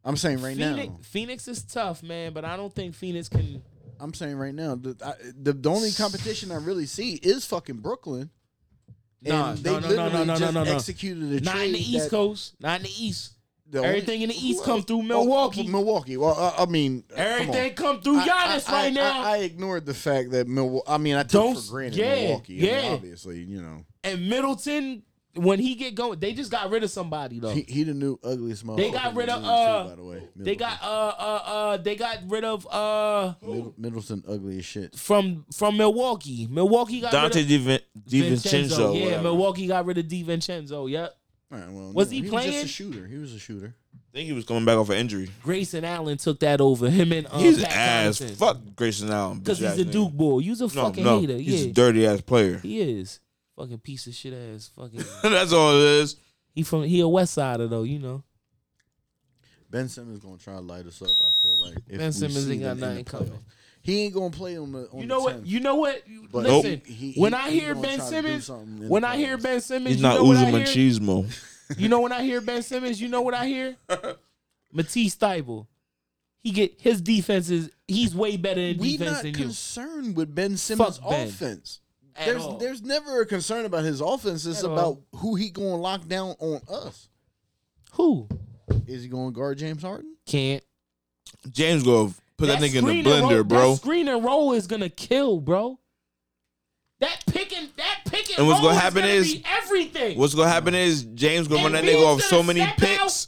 S3: I'm saying right
S1: Phoenix,
S3: now.
S1: Phoenix is tough, man, but I don't think Phoenix can
S3: I'm saying right now. The, I, the the only competition I really see is fucking Brooklyn.
S1: Nah, no, no, no, no, no, no, no, no.
S3: executed a
S1: not in the
S3: trade
S1: East
S3: that-
S1: Coast. Not in the East.
S3: the only-
S1: Everything in the East
S3: who
S1: come
S3: else?
S1: through
S3: Oh,
S1: Milwaukee.
S3: Milwaukee. Well, I, I mean, uh, come on.
S1: Everything come through
S3: I-
S1: Giannis
S3: I- I-
S1: right now.
S3: I, I ignored the fact that Milwaukee. I mean, I took
S1: Don't-
S3: for granted
S1: yeah,
S3: Milwaukee. I mean,
S1: yeah.
S3: obviously, you know,
S1: and Middleton, when he get going, they just got rid of somebody though.
S3: he, he the new ugliest motherfucker.
S1: They got rid
S3: in the
S1: of,
S3: league, too,
S1: uh,
S3: by the way,
S1: they got uh uh uh they got rid of uh
S3: Middleton, Mid- Middleton ugly as shit.
S1: from from Milwaukee. Milwaukee got
S2: Dante
S1: rid of
S2: Divin-
S1: Vincenzo.
S2: DiVincenzo.
S1: Yeah,
S2: whatever.
S1: Milwaukee got rid of DiVincenzo. Yep.
S3: All right, well,
S1: Was
S3: no,
S1: he
S3: Was
S1: playing?
S3: just a shooter. He was a shooter.
S2: I think he was coming back off an injury.
S1: Grayson Allen took that over him and um,
S2: he's
S1: Pat
S2: ass.
S1: Connaughton.
S2: Fuck Grayson Allen.
S1: Cause
S2: bitch
S1: he's a
S2: ass nigga.
S1: Duke boy. He's a
S2: No,
S1: fucking
S2: no,
S1: hater.
S2: he's
S1: Yeah,
S2: a dirty ass player.
S1: he is. Fucking piece of shit ass. Fucking.
S2: That's all it is.
S1: he from he a West Sider though. You know.
S3: Ben Simmons gonna try to light us up. I feel like if
S1: Ben
S3: we
S1: Simmons
S3: see
S1: ain't
S3: them
S1: got
S3: in the
S1: nothing coming.
S3: playoffs. He ain't gonna play on the. On
S1: You know
S3: the
S1: what?
S3: 10th.
S1: You know what? You-
S3: But
S1: Listen,
S3: he- he-
S1: when
S3: he-
S1: I
S3: he
S1: hear
S3: gonna
S1: Ben
S3: try to do
S1: Simmons,
S3: something in the
S1: when I hear
S3: playoffs.
S1: Ben Simmons,
S2: He's
S1: you
S2: not
S1: know what
S2: Uzi
S1: I hear?
S2: Machismo.
S1: You know when I hear Ben Simmons, you know what I hear? Matisse Thybulle. He get his defense is he's way better in
S3: we
S1: defense
S3: not
S1: than you.
S3: concerned with Ben Simmons'
S1: Ben.
S3: offense.
S1: at
S3: there's
S1: all.
S3: there's never a concern about his offense. It's
S1: At all.
S3: about who he going to lock down on us.
S1: Who
S3: Is he going to guard James Harden?
S1: can't
S2: James Grove put that, nigga in the
S1: screen and roll-
S2: blender, bro.
S1: That screen and roll is gonna kill, bro. That pick and that pick and,
S2: And what's
S1: roll
S2: gonna happen is-
S1: be everything,
S2: What's gonna happen is James gonna run
S1: And
S2: that nigga off
S1: Beal's
S2: so
S1: gonna
S2: many
S1: step
S2: picks.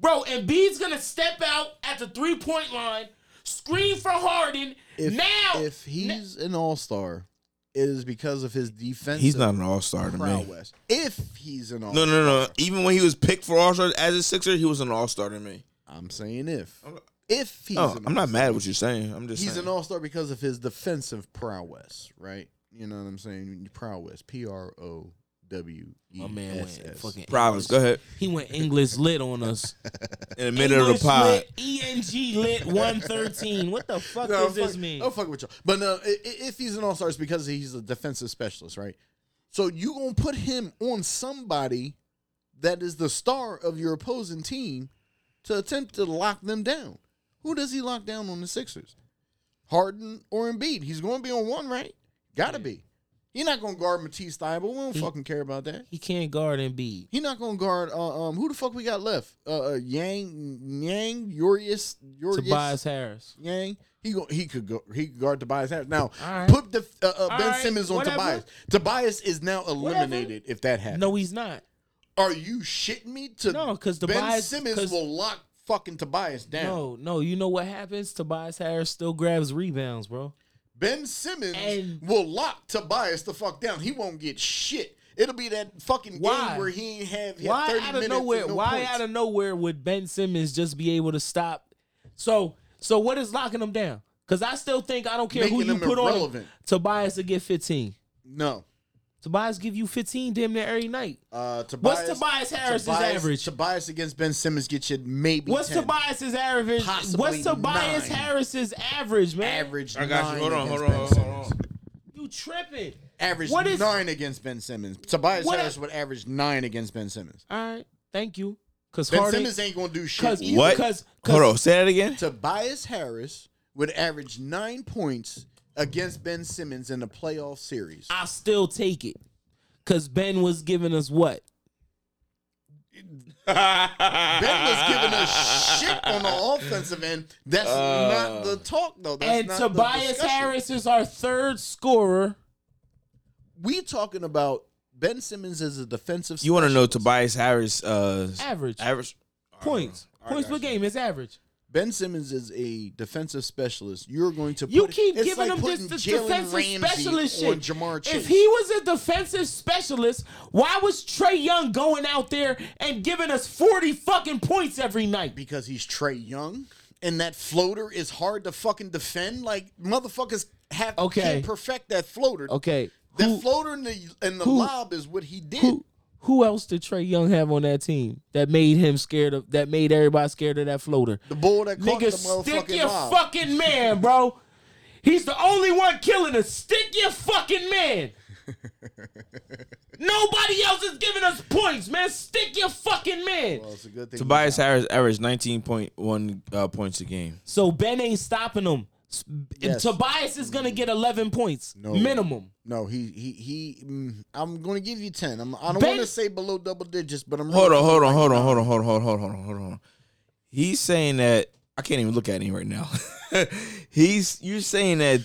S1: bro. And B's gonna step out at the three point line, screen for Harden.
S3: If,
S1: now,
S3: if he's an all star, it is because of his defense.
S2: He's not an all star to me.
S3: prowess. If he's an all,
S2: No, no, no. Even when he was picked for all star as a Sixer, he was an all star to me.
S3: I'm saying if if he's
S2: Oh,
S3: an
S2: I'm not
S3: all-star.
S2: mad at what you're saying. I'm just
S3: He's
S2: saying.
S3: an all star because of his defensive prowess, right? You know what I'm saying? Prowess, P R O W E
S1: my man went
S3: S S.
S1: fucking
S2: Province, go ahead.
S1: He went English lit on us.
S2: In the middle of the pod.
S1: E N G lit one thirteen. What the fuck
S3: No,
S1: does this
S3: fuck- Oh,
S1: mean?
S3: I'll fuck with y'all. But no, i- i- if he's an all star, it's because he's a defensive specialist, right? So you gonna put him on somebody that is the star of your opposing team to attempt to lock them down. Who does he lock down on the Sixers? Harden or Embiid? He's gonna be on one, right? Gotta be. He's not gonna guard Matisse Thybulle. We don't fucking care about that.
S1: He can't guard and beat.
S3: He not gonna guard. Uh, um, who the fuck we got left? Uh, uh Yang, Yang, Urius, Urius,
S1: Tobias Harris.
S3: Yang. He go, he could go. He could guard Tobias Harris. Now
S1: right.
S3: put the uh, uh, Ben
S1: right,
S3: Simmons on
S1: whatever.
S3: Tobias. Tobias is now eliminated if that happens.
S1: No, he's not.
S3: are you shitting me? To
S1: No, 'cause
S3: Ben
S1: Tobias-
S3: Simmons
S1: 'cause-
S3: will lock fucking Tobias down.
S1: No, no. You know what happens? Tobias Harris still grabs rebounds, bro.
S3: Ben Simmons
S1: And-
S3: will lock Tobias the fuck down. He won't get shit. It'll be that fucking
S1: Why?
S3: game where he ain't have he had
S1: Why
S3: 30
S1: out
S3: minutes
S1: of
S3: and
S1: nowhere?
S3: no
S1: why
S3: points.
S1: out of nowhere would Ben Simmons just be able to stop? So, so what is locking him down? Because I still think I don't care who
S3: Making
S1: you
S3: him
S1: put on.
S3: irrelevant.
S1: Him. Tobias to get fifteen.
S3: no.
S1: Tobias give you fifteen damn near every night.
S3: Uh, Tobias,
S1: Tobias Harris's
S3: Tobias-
S1: average?
S3: Tobias against Ben Simmons gets you maybe.
S1: What's
S3: 10.
S1: Tobias's average?
S3: Possibly
S1: What's Tobias
S3: nine.
S1: Harris's average, man?
S3: Average.
S2: I got
S3: nine
S2: you. Hold on,
S3: against
S2: hold on,
S3: Ben
S2: hold
S3: Simmons.
S2: on, hold on.
S1: You tripping?
S3: Average
S1: What is-
S3: nine against Ben Simmons. Tobias
S1: What
S3: Harris
S1: a-
S3: would average nine against Ben Simmons.
S1: All right, thank you. Because
S3: Ben
S1: Harden,
S3: Simmons ain't gonna do shit.
S1: because
S3: either.
S2: What?
S1: Because
S2: Hold on, say that again.
S3: Tobias Harris would average nine points against Ben Simmons in the playoff series.
S2: Ah.
S1: I still take it. Because Ben was giving us what?
S3: Ben was giving us shit on the offensive end. That's
S2: Uh.
S3: not the talk though. That's
S1: and
S3: not the
S1: Tobias
S3: discussion.
S1: Harris is our third scorer.
S3: We talking about Ben Simmons as a defensive.
S2: You want to know
S3: specialist.
S2: Tobias Harris uh
S1: Average.
S2: average
S1: Points. Points per game is average.
S3: Ben Simmons is a defensive specialist. You're going to put
S1: You keep
S3: it's
S1: giving
S3: like
S1: him this,
S3: putting
S1: this
S3: Jalen
S1: defensive
S3: Ramsey
S1: specialist
S3: on
S1: shit.
S3: Jamar Chase.
S1: If he was a defensive specialist, why was Trey Young going out there and giving us 40 fucking points every night?
S3: because he's Trey Young and that floater is hard to fucking defend. Like motherfuckers have
S1: Okay.
S3: can't perfect that floater.
S1: Okay.
S3: That
S1: Who,
S3: floater and the and the
S1: who-
S3: lob is what he did.
S1: who, who else did Trey Young have on that team that made him scared of that made everybody scared of that floater?
S3: the ball that caught
S1: Nigga,
S3: the motherfucking
S1: stick your
S3: lob.
S1: fucking man, bro. He's the only one killing us. Stick your fucking man. Nobody else is giving us points, man. Stick your fucking man.
S3: Well, Oh, it's a good thing
S2: Tobias
S3: he's out.
S2: Harris averaged 19.1 uh, points a game.
S1: So Ben ain't stopping him. S-
S3: Yes.
S1: Tobias is gonna get 11 points
S3: No.
S1: minimum.
S3: No, he he he. Mm, I'm going to give you ten. I'm, I don't
S1: Ben-
S3: want to say below double digits, but I'm
S2: Hold on, hold on, hold on, hold on, hold on, hold on, hold on, hold on. He's saying that I can't even look at him right now. He's you're saying that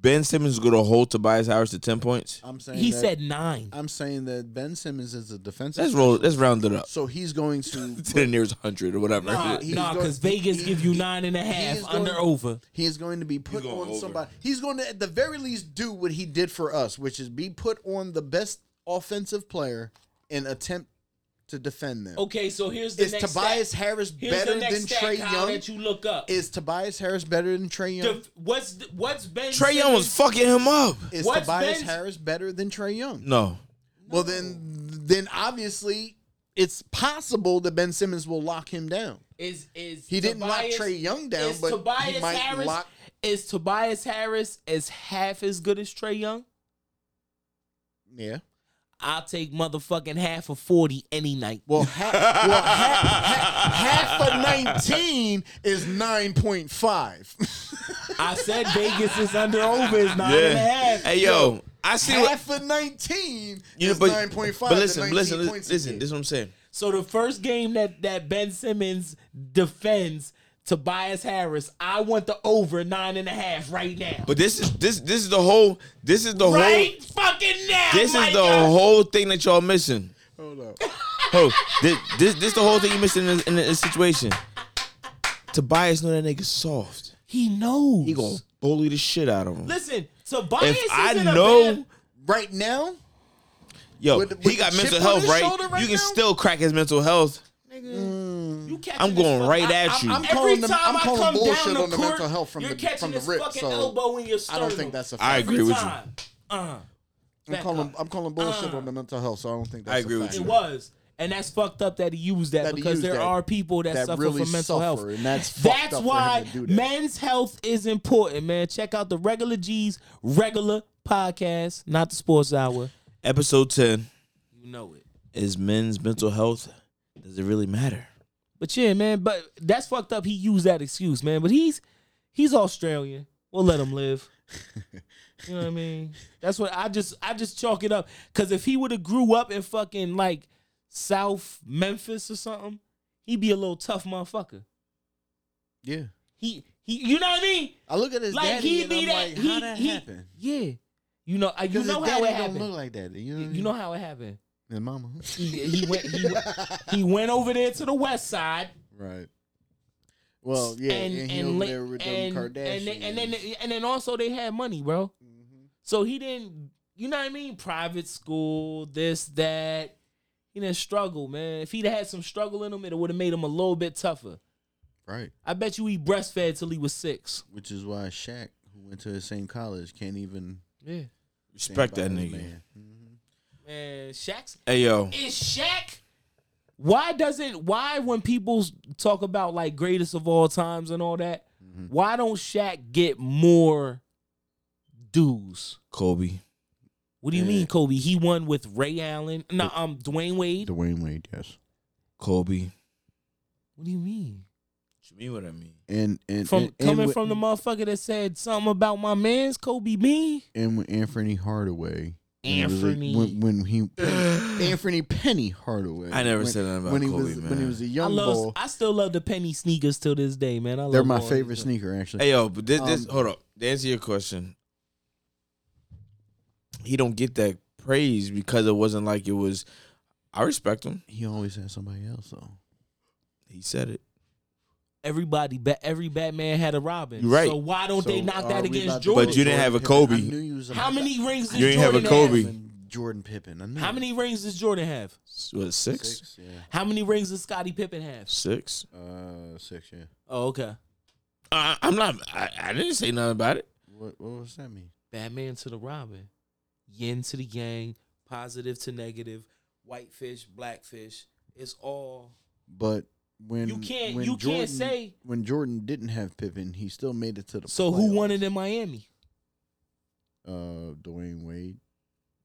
S2: Ben Simmons is going to hold Tobias Harris to 10 points.
S3: I'm saying
S1: He
S3: that-
S1: said nine.
S3: I'm saying that Ben Simmons is a defensive.
S2: Let's roll. Let's round it up
S3: So he's going to
S2: to the nearest 100 or whatever.
S1: Nah,
S3: he's
S1: nah,
S3: going-
S1: because Vegas
S3: he-
S1: give you nine and a
S3: is
S1: half
S3: going-
S1: under over.
S3: He is going to be put
S2: going
S3: on
S2: over.
S3: somebody. He's going to, at the very least, do what he did for us, which is be put on the best offensive player and attempt to defend them.
S1: Okay, so here's the
S3: Is
S1: next
S3: Tobias
S1: stat.
S3: Harris
S1: Here's
S3: better
S1: the next
S3: than
S1: stat,
S3: Trey
S1: Kyle,
S3: Young?
S1: that you look up.
S3: Is Tobias Harris better than Trey Young?
S1: Def- what's th- what's Ben?
S2: Trey Young was
S1: Simmons-
S2: fucking him up.
S3: is
S1: what's
S3: Tobias
S1: Ben's-
S3: Harris better than Trey Young?
S2: No.
S3: Well, then, then obviously, it's possible that Ben Simmons will lock him down.
S1: is is
S3: He didn't lock Trey Young down,
S1: is
S3: but he
S1: Tobias
S3: might
S1: Harris,
S3: lock-
S1: Is Tobias Harris is half as good as Trey Young?
S3: Yeah.
S1: I'll take motherfucking half of forty any night.
S3: Well, half, well half, half of 19 is 9.5.
S1: I said Vegas is under over is nine and a half.
S2: Hey yo, I see what.
S3: half of 19
S2: You
S3: is
S2: but,
S3: 9.5.
S2: but listen,
S3: to
S2: listen,
S3: 19.6.
S2: listen, listen. This is what I'm saying.
S1: So the first game that that Ben Simmons defends Tobias Harris, I want the over nine and a half right now.
S2: But this is this this is the whole this is the whole
S1: right Oh fucking now.
S2: This is
S1: Micah.
S2: the whole thing that y'all missing.
S3: Hold up.
S2: Hold, on. this, this this the whole thing you missing in this, in this situation. Tobias know that nigga soft.
S1: he knows.
S2: He gonna bully the shit out of him.
S1: Listen, Tobias
S2: If
S1: is
S2: I
S1: in a
S2: know,
S1: bad-
S3: Right now,
S2: yo,
S3: With the- with
S2: he got
S3: the chip
S2: mental
S3: on
S2: health
S3: his
S2: right.
S3: shoulder right
S2: You can
S3: now?
S2: still crack his mental health.
S1: you catching
S2: I'm
S1: this
S2: going
S1: fuck-
S2: right
S1: I-
S2: at you.
S3: I'm
S1: every
S3: calling them-
S1: time
S3: I'm
S1: I
S3: calling
S1: come
S3: bullshit
S1: down the
S3: on the
S1: court,
S3: mental health from
S1: you're
S3: the-
S1: catching
S3: from the
S1: this
S3: rip,
S1: fucking
S3: so
S1: elbow in your
S3: I
S1: sternum.
S3: don't think that's a fact.
S2: I agree with
S1: you.
S2: you.
S1: Uh,
S3: I'm
S1: back
S3: calling,
S1: up.
S3: I'm calling bullshit on the mental health, so I don't think that's
S2: Ah. I agree
S3: a
S2: with
S3: fact.
S2: you.
S1: It was. And that's fucked up that he used that,
S3: That he
S1: because
S3: used
S1: there
S3: that.
S1: are people that,
S3: That
S1: suffer
S3: really
S1: from mental
S3: suffer,
S1: health.
S3: and that's fucked
S1: that's
S3: up for
S1: why
S3: him to do that.
S1: men's health is important, man. Check out the regular G's regular podcast, not the sports hour.
S2: Episode ten
S1: You know it.
S2: is men's mental health. Does it really matter?
S1: But yeah, man, but that's fucked up. He used that excuse, man. But he's he's Australian. We'll let him live. you know what I mean? That's what I just I just chalk it up. Cause if he would have grew up in fucking like South Memphis or something, he'd be a little tough motherfucker.
S3: Yeah.
S1: He he you know what I mean?
S3: I look at his
S1: Like
S3: daddy
S1: he
S3: and
S1: be
S3: I'm
S1: that
S3: like,
S1: he
S3: how that
S1: he
S3: happened?
S1: yeah. You know uh, you
S3: Because
S1: know
S3: his
S1: how
S3: daddy
S1: it
S3: don't look
S1: happened.
S3: like that. You know, what I
S1: You
S3: mean?
S1: know how it happened.
S3: His mama.
S1: He, he went he, went- he went over there to the west side
S3: right. Well, yeah, and,
S1: and and
S3: he over
S1: li-
S3: there with them
S1: and, and,
S3: Kardashians. Mm-hmm.
S1: they- and then and then also they had money, bro. So he didn't, you know what I mean? Private school, this that. He didn't struggle, man. If he'd had some struggle in him, it would have made him a little bit tougher.
S3: right,
S1: I bet you he breastfed till he was six.
S3: which is why Shaq, who went to the same college, can't even
S1: Yeah,
S3: stand
S2: Respect
S3: by
S2: that
S3: his
S2: nigga.
S3: man.
S1: man. Shaq's
S2: Hey yo,
S1: is Shaq. Why doesn't why when people talk about like greatest of all times and all that,
S3: Mm-hmm.
S1: why don't Shaq get more dues?
S2: Kobe.
S1: What do you
S3: Yeah.
S1: mean, Kobe? He won with Ray Allen. No, um, Dwayne Wade.
S3: Dwayne Wade, yes,
S2: Kobe.
S1: What do you mean?
S2: What you mean what I mean?
S3: and and
S1: From
S3: and, and
S1: coming
S3: with-
S1: from the motherfucker that said something about my man's Kobe me.
S3: and with Anthony Hardaway. when he was a-
S1: Anthony.
S3: when, when he Anthony Penny Hardaway.
S2: I never
S3: when,
S2: said that about
S3: when he
S2: Kobe,
S3: was
S2: man.
S3: when he was a
S1: I
S3: young
S1: love.
S3: boy.
S1: I still love the penny sneakers till this day, man. I love.
S3: They're my
S1: all these
S3: favorite
S1: things.
S3: sneaker, actually.
S2: Hey yo, but this, this
S3: Um,
S2: hold up. To answer your question, he don't get that praise because it wasn't like it was. I respect him.
S3: He always had somebody else though.
S2: He said it.
S1: Everybody, ba- every Batman had a Robin.
S2: You're right.
S1: So why don't they
S3: So
S1: knock
S3: are
S1: that
S3: we about
S1: against
S3: to go
S1: Jordan?
S2: But you didn't have a
S3: Pippen?
S2: Kobe.
S3: I knew you was
S1: How many rings? Does
S2: You ain't have a
S1: Jordan
S2: Kobe.
S3: Jordan Pippen. I knew
S1: How
S3: it.
S1: many rings does Jordan have?
S2: What six? Six.
S3: Six. Yeah.
S1: How many rings does Scottie Pippen have?
S3: Uh, six. Yeah.
S1: Oh, okay.
S2: I, Uh, I'm not. I, I didn't say nothing about it.
S3: What What does that mean?
S1: Batman to the Robin, Yin to the Yang, positive to negative, whitefish, blackfish. It's all
S3: But when
S1: You can't-
S3: when
S1: you can't
S3: Jordan,
S1: say-
S3: when Jordan didn't have Pippen, he still made it to the.
S1: So who
S3: playoffs.
S1: won it in Miami?
S3: Uh, Dwayne Wade.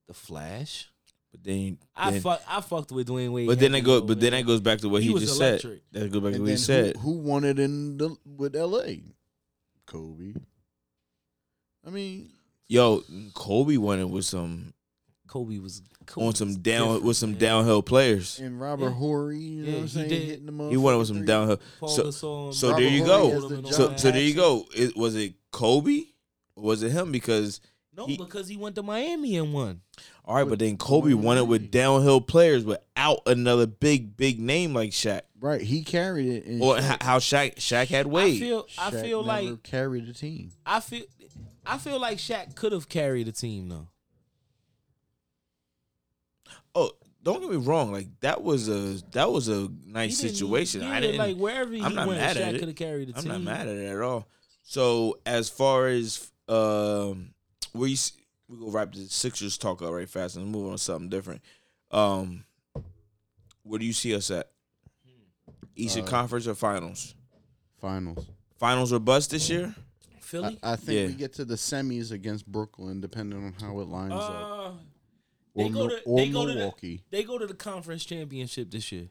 S1: The Flash.
S2: But then,
S1: I
S2: then-
S1: fuck, I fucked with Dwayne Wade.
S2: but then
S1: heavy
S2: that go.
S1: though,
S2: But then
S1: man.
S2: that goes back to what
S1: He
S2: he,
S1: was
S2: just
S1: electric.
S2: said. That go back to
S3: And
S2: what he
S3: then
S2: said.
S3: Who, who won it in the with L.A. Kobe. I mean,
S2: Yo, Kobe won it with some
S1: Kobe was Kobe
S2: on some
S1: was
S2: down
S1: different,
S2: with some
S1: man.
S2: downhill players.
S3: and Robert
S1: Yeah.
S3: Horry. You know
S1: Yeah,
S3: what I'm
S1: he
S3: saying?
S1: did.
S3: Hitting the
S2: He won it with
S3: motherfucking
S2: some
S3: three.
S2: downhill.
S1: Paul
S2: So,
S1: Gasol,
S2: so
S1: Robert
S2: there you
S1: Horry
S2: go.
S1: is the
S2: so,
S1: John
S2: so there you
S1: Paxson.
S2: go. It, was it Kobe? Or was it him? Because
S1: No,
S2: He-
S1: because he went to Miami and won.
S2: All right, but then Kobe
S3: Dwayne
S2: won it with
S3: Wade.
S2: downhill players without another big, big name like Shaq.
S3: Right, he carried it. And
S2: Or
S3: Shaq-
S2: h- how Shaq Shaq had
S1: I
S2: Wade.
S1: feel I
S3: Shaq
S1: feel
S3: never
S1: like
S3: carried the team.
S1: I feel I feel like Shaq could have carried the team though.
S2: oh, don't get me wrong. Like that was a that was a nice
S1: He didn't-
S2: situation.
S1: yeah,
S2: I didn't.
S1: like wherever he
S2: I'm not
S1: went.
S2: mad at
S1: Shaq
S2: it.
S1: could have carried the
S2: I'm
S1: team.
S2: not mad at it at all. So as far as um, we s- we go wrap the Sixers talk up right fast and move on to something different. Um, where do you see us at? Eastern
S3: Uh,
S2: Conference or Finals?
S3: Finals.
S2: Finals or bust this year?
S1: Philly.
S3: I, I think
S2: Yeah.
S3: we get to the semis against Brooklyn, depending on how it lines up.
S1: Uh,
S3: Or,
S1: they go
S3: Mil-
S1: to-
S3: or
S1: they go to the-
S3: Milwaukee
S1: they go to the conference championship this year.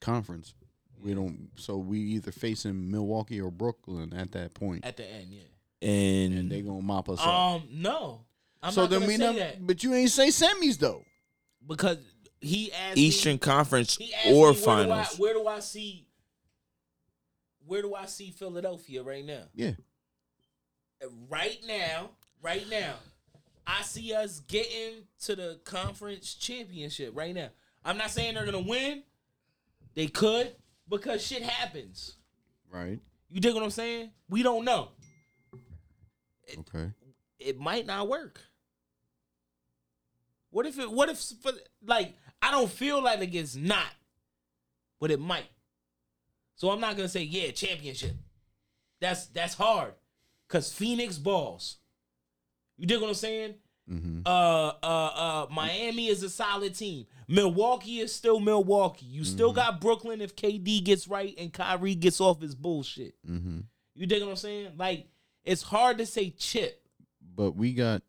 S3: conference. We don't. So we either facing Milwaukee or Brooklyn at that point,
S1: At the end, yeah.
S2: And,
S3: and they gonna mop us up.
S1: Um, no, I'm
S3: so
S1: not
S3: then
S1: gonna
S3: we
S1: say
S3: never.
S1: that
S3: But you ain't say semis though.
S1: because he asked me-
S2: Eastern Conference
S1: He asked
S2: or
S1: me, where do I-
S2: finals.
S1: Where do I see? Where do I see Philadelphia right now?
S3: Yeah.
S1: Right now, right now, I see us getting to the conference championship. Right now, I'm not saying they're gonna win. They could because shit happens.
S3: Right.
S1: You dig what I'm saying? We don't know.
S3: Okay.
S1: It might not work. What if it? What if like I don't feel like it gets not, but it might. So I'm not gonna say yeah championship. That's that's hard, cause Phoenix balls. You dig what I'm saying?
S3: Mm-hmm.
S1: Uh, uh, uh, Miami is a solid team. Milwaukee is still Milwaukee. You still got Brooklyn if KD gets right and Kyrie gets off his bullshit.
S3: Mm-hmm.
S1: You dig what I'm saying? Like it's hard to say chip.
S3: But we got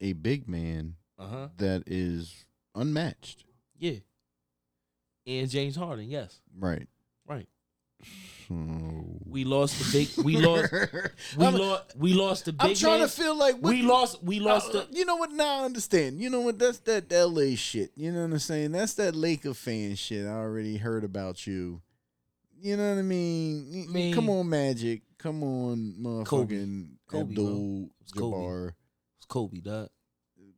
S3: a big man
S1: Uh huh.
S3: that is unmatched.
S1: Yeah. And James Harden, yes,
S3: Right.
S1: right.
S3: So
S1: We lost the big. We lost. We
S3: I'm,
S1: lost. We lost the big.
S3: I'm trying
S1: man.
S3: to feel like what
S1: We lost. We lost the.
S3: Uh, you know what? Now I understand. You know what? That's that LA shit. You know what I'm saying? That's that Laker fan shit. I already heard about you. You know what I mean? Y- y-
S1: Man.
S3: Come on, Magic. Come on,
S1: Kobe.
S3: motherfucking
S1: Kobe, bro.
S3: Abdul
S1: It's Kobe.
S3: Jabbar.
S1: It's Kobe, dog.